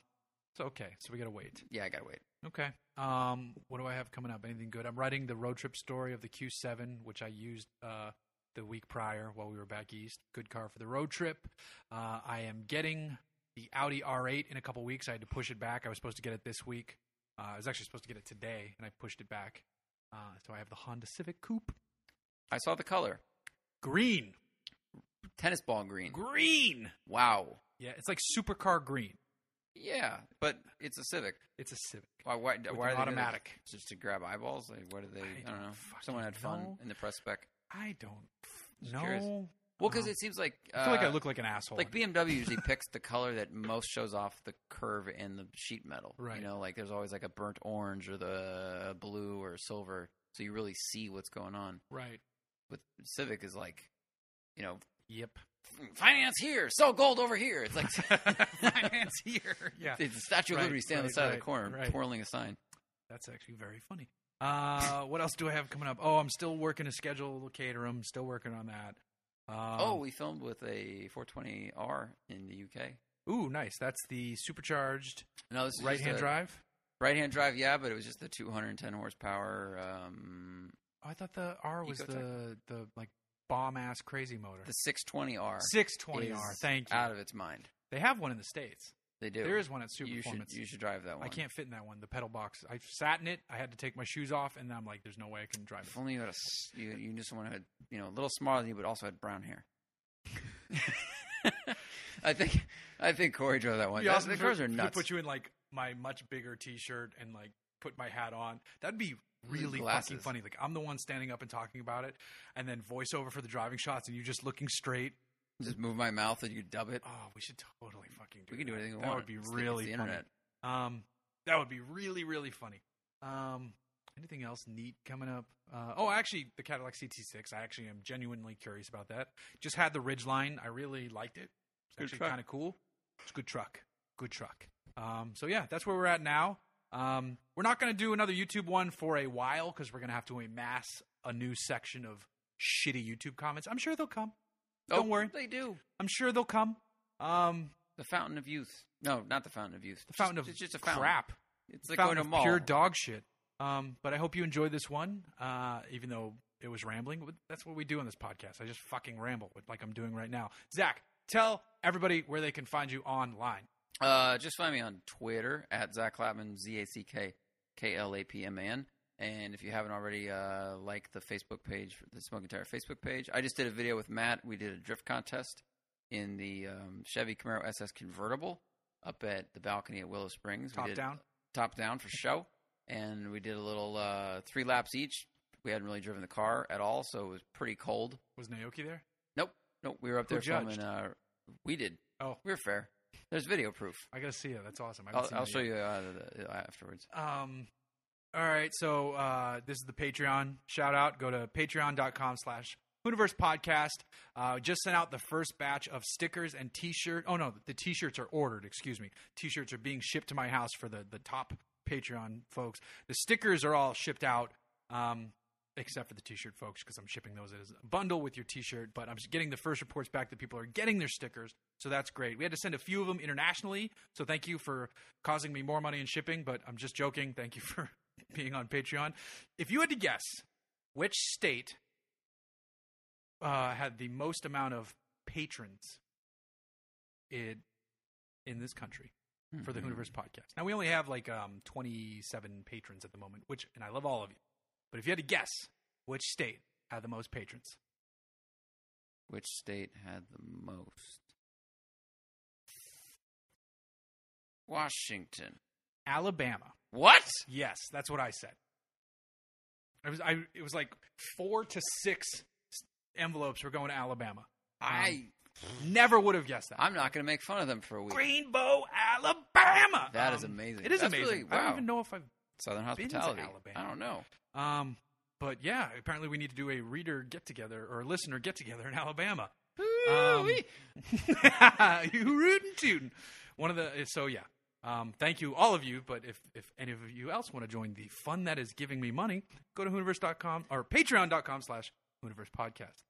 Speaker 1: it's okay. So we gotta wait.
Speaker 2: yeah, I got to wait.
Speaker 1: Okay. Um, what do I have coming up? Anything good? I'm writing the road trip story of the Q7, which I used uh, the week prior while we were back east. Good car for the road trip. Uh, I am getting the Audi R8 in a couple weeks. I had to push it back. I was supposed to get it this week. Uh, I was actually supposed to get it today, and I pushed it back. Uh, so I have the Honda Civic Coupe,
Speaker 2: I saw the color
Speaker 1: green,
Speaker 2: tennis ball green.
Speaker 1: green.
Speaker 2: Wow.
Speaker 1: Yeah, it's like supercar green.
Speaker 2: Yeah, but it's a Civic.
Speaker 1: It's a Civic.
Speaker 2: Why? Why,
Speaker 1: With
Speaker 2: why
Speaker 1: an
Speaker 2: are
Speaker 1: automatic.
Speaker 2: They doing that? just to grab eyeballs? Like, what are they?
Speaker 1: I
Speaker 2: I don't,
Speaker 1: don't
Speaker 2: know.
Speaker 1: fucking
Speaker 2: Someone had fun
Speaker 1: know.
Speaker 2: in the press spec.
Speaker 1: I don't
Speaker 2: Just
Speaker 1: know.
Speaker 2: curious. Well, because
Speaker 1: Uh-huh.
Speaker 2: it seems like uh,
Speaker 1: I feel like I look like an asshole.
Speaker 2: like
Speaker 1: in it.
Speaker 2: BMW usually picks the color that most shows off the curve in the sheet metal.
Speaker 1: Right.
Speaker 2: You know, like there's always like a burnt orange or the uh, blue or silver, so you really see what's going on.
Speaker 1: right.
Speaker 2: With Civic is like, you know,
Speaker 1: Yep.
Speaker 2: finance here, sell gold over here. It's like
Speaker 1: Finance here. Yeah.
Speaker 2: It's the Statue of
Speaker 1: Right,
Speaker 2: Liberty standing on
Speaker 1: right,
Speaker 2: the side of
Speaker 1: right,
Speaker 2: the corner,
Speaker 1: right.
Speaker 2: twirling a sign.
Speaker 1: That's actually very funny. Uh, what else do I have coming up? Oh, I'm still working a schedule caterum. Still working on that. Um,
Speaker 2: oh, we filmed with a 420R in the UK.
Speaker 1: ooh, nice. That's the supercharged
Speaker 2: No, this is
Speaker 1: right hand drive.
Speaker 2: Right hand drive, yeah, but it was just the 210 horsepower. Um,
Speaker 1: Oh, I thought the R was the
Speaker 2: Ecotec.
Speaker 1: the like bomb ass crazy motor.
Speaker 2: the 620R.
Speaker 1: Six twenty R.
Speaker 2: is
Speaker 1: Thank you.
Speaker 2: Out of its mind.
Speaker 1: they have one in the states.
Speaker 2: They do.
Speaker 1: There is one at Super
Speaker 2: you should
Speaker 1: Performance.
Speaker 2: you should drive that one.
Speaker 1: I can't fit in that one. The pedal box. I sat in it. I had to take my shoes off, and I'm like, "There's no way I can drive
Speaker 2: If only you had a s- you, you knew someone who had you know a little smaller than you, but also had brown hair. I think I think Corey drove that
Speaker 1: it."
Speaker 2: one.
Speaker 1: Yeah,
Speaker 2: That-
Speaker 1: also
Speaker 2: the
Speaker 1: for-
Speaker 2: cars are
Speaker 1: to
Speaker 2: nuts.
Speaker 1: Put you in like my much bigger T-shirt and like put my hat on. That'd be really fucking
Speaker 2: glasses.
Speaker 1: funny. Like I'm the one standing up and talking about it, and then voiceover for the driving shots, and you just looking straight.
Speaker 2: Just move my mouth and you dub it.
Speaker 1: Oh, we should totally fucking do.
Speaker 2: We can do
Speaker 1: that.
Speaker 2: anything we
Speaker 1: That
Speaker 2: want.
Speaker 1: would be
Speaker 2: It's the- it's
Speaker 1: really
Speaker 2: the
Speaker 1: funny.
Speaker 2: internet.
Speaker 1: Um, that would be really really funny. Um, anything else neat coming up? Uh, oh, actually, the Cadillac CT6. I actually am genuinely curious about that. Just had the Ridgeline. I really liked it. It's
Speaker 2: Good
Speaker 1: actually
Speaker 2: truck.
Speaker 1: kind of cool. It's a good truck. Good truck. Um, so yeah, that's where we're at now. Um, we're not going to do another YouTube one for a while because we're going to have to amass a new section of shitty YouTube comments. I'm sure they'll come.
Speaker 2: Oh,
Speaker 1: Don't worry.
Speaker 2: They do.
Speaker 1: I'm sure they'll come. Um,
Speaker 2: The Fountain of Youth. No, not the Fountain of Youth.
Speaker 1: the fountain
Speaker 2: It's
Speaker 1: of
Speaker 2: just- it's just a fountain.
Speaker 1: crap.
Speaker 2: It's like
Speaker 1: fountain
Speaker 2: going to a
Speaker 1: of
Speaker 2: mall.
Speaker 1: pure dog shit. Um, but I hope you enjoyed this one, uh, even though it was rambling. But That's what we do on this podcast. I just fucking ramble with- like I'm doing right now. Zach, tell everybody where they can find you online.
Speaker 2: Uh, just find me on Twitter at Zach Clapman, Z A C K K L A P M A N. And if you haven't already, uh, like the Facebook page, the Smoking Tire Facebook page. I just did a video with Matt. We did a drift contest in the um, Chevy Camaro SS convertible up at the balcony at Willow Springs.
Speaker 1: Top
Speaker 2: we did
Speaker 1: down.
Speaker 2: top down for show, and we did a little uh, three laps each. We hadn't really driven the car at all, so it was pretty cold.
Speaker 1: Was Naoki there?
Speaker 2: Nope, nope. We were up
Speaker 1: Who
Speaker 2: there
Speaker 1: judged?
Speaker 2: filming. Uh, we did.
Speaker 1: Oh.
Speaker 2: we were fair. There's video proof.
Speaker 1: I gotta see you. That's awesome. I haven't
Speaker 2: I'll,
Speaker 1: seen
Speaker 2: I'll
Speaker 1: that
Speaker 2: show
Speaker 1: yet.
Speaker 2: you uh, the, the, afterwards.
Speaker 1: Um, all right. So uh, this is the Patreon shout out. Go to patreon.com slash Hooniverse podcast. Uh, just sent out the first batch of stickers and t-shirt. Oh no, the t-shirts are ordered. Excuse me. T-shirts are being shipped to my house for the, the top Patreon folks. The stickers are all shipped out. Um, except for the t-shirt folks because i'm shipping those as a bundle with your t-shirt but i'm getting the first reports back that people are getting their stickers so that's great we had to send a few of them internationally so thank you for causing me more money in shipping but i'm just joking thank you for being on patreon if you had to guess which state uh, had the most amount of patrons in, in this country for the
Speaker 2: Mhm.
Speaker 1: Hooniverse podcast. Now we only have like um, 27 patrons at the moment, which and I love all of you. But if you had to guess which state had the most patrons,
Speaker 2: Which state had the most? Washington.
Speaker 1: Alabama.
Speaker 2: What?
Speaker 1: Yes, that's what I said. I was I it was like 4 to 6 envelopes were going to Alabama.
Speaker 2: I
Speaker 1: Never would have guessed that.
Speaker 2: I'm not going to make fun of them for a week.
Speaker 1: Greenbow, Alabama.
Speaker 2: That is
Speaker 1: Um,
Speaker 2: amazing.
Speaker 1: It is
Speaker 2: That's
Speaker 1: amazing.
Speaker 2: really-
Speaker 1: I don't
Speaker 2: wow.
Speaker 1: even know if I've
Speaker 2: Southern
Speaker 1: been to
Speaker 2: hospitality.
Speaker 1: Alabama.
Speaker 2: I don't know.
Speaker 1: Um, but yeah, apparently we need to do a reader get together or a listener get together in Alabama.
Speaker 2: Ooh-wee.
Speaker 1: Um, you rootin' tootin'. One of the eh, so yeah. Um, thank you all of you. But if if any of you else want to join the fun that is giving me money, go to hooniverse.com or patreon.com slash hooniverse podcast.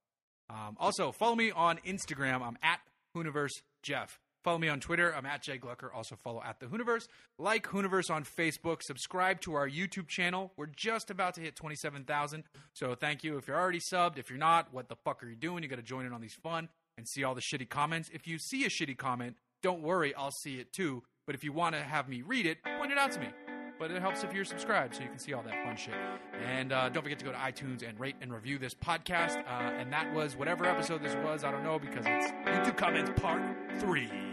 Speaker 1: Um, also follow me on Instagram. I'm at hooniverse Jeff. Follow me on Twitter. I'm at Jay Glucker. Also follow at the Hooniverse. Like Hooniverse on Facebook. Subscribe to our YouTube channel. We're just about to hit 27,000. So thank you. If you're already subbed, if you're not, what the fuck are you doing? You got to join in on these fun and see all the shitty comments. If you see a shitty comment, don't worry, I'll see it too. But if you want to have me read it, point it out to me. But it helps if you're subscribed so you can see all that fun shit. And uh, don't forget to go to iTunes and rate and review this podcast. Uh, and that was whatever episode this was. I don't know because it's YouTube Comments Part 3.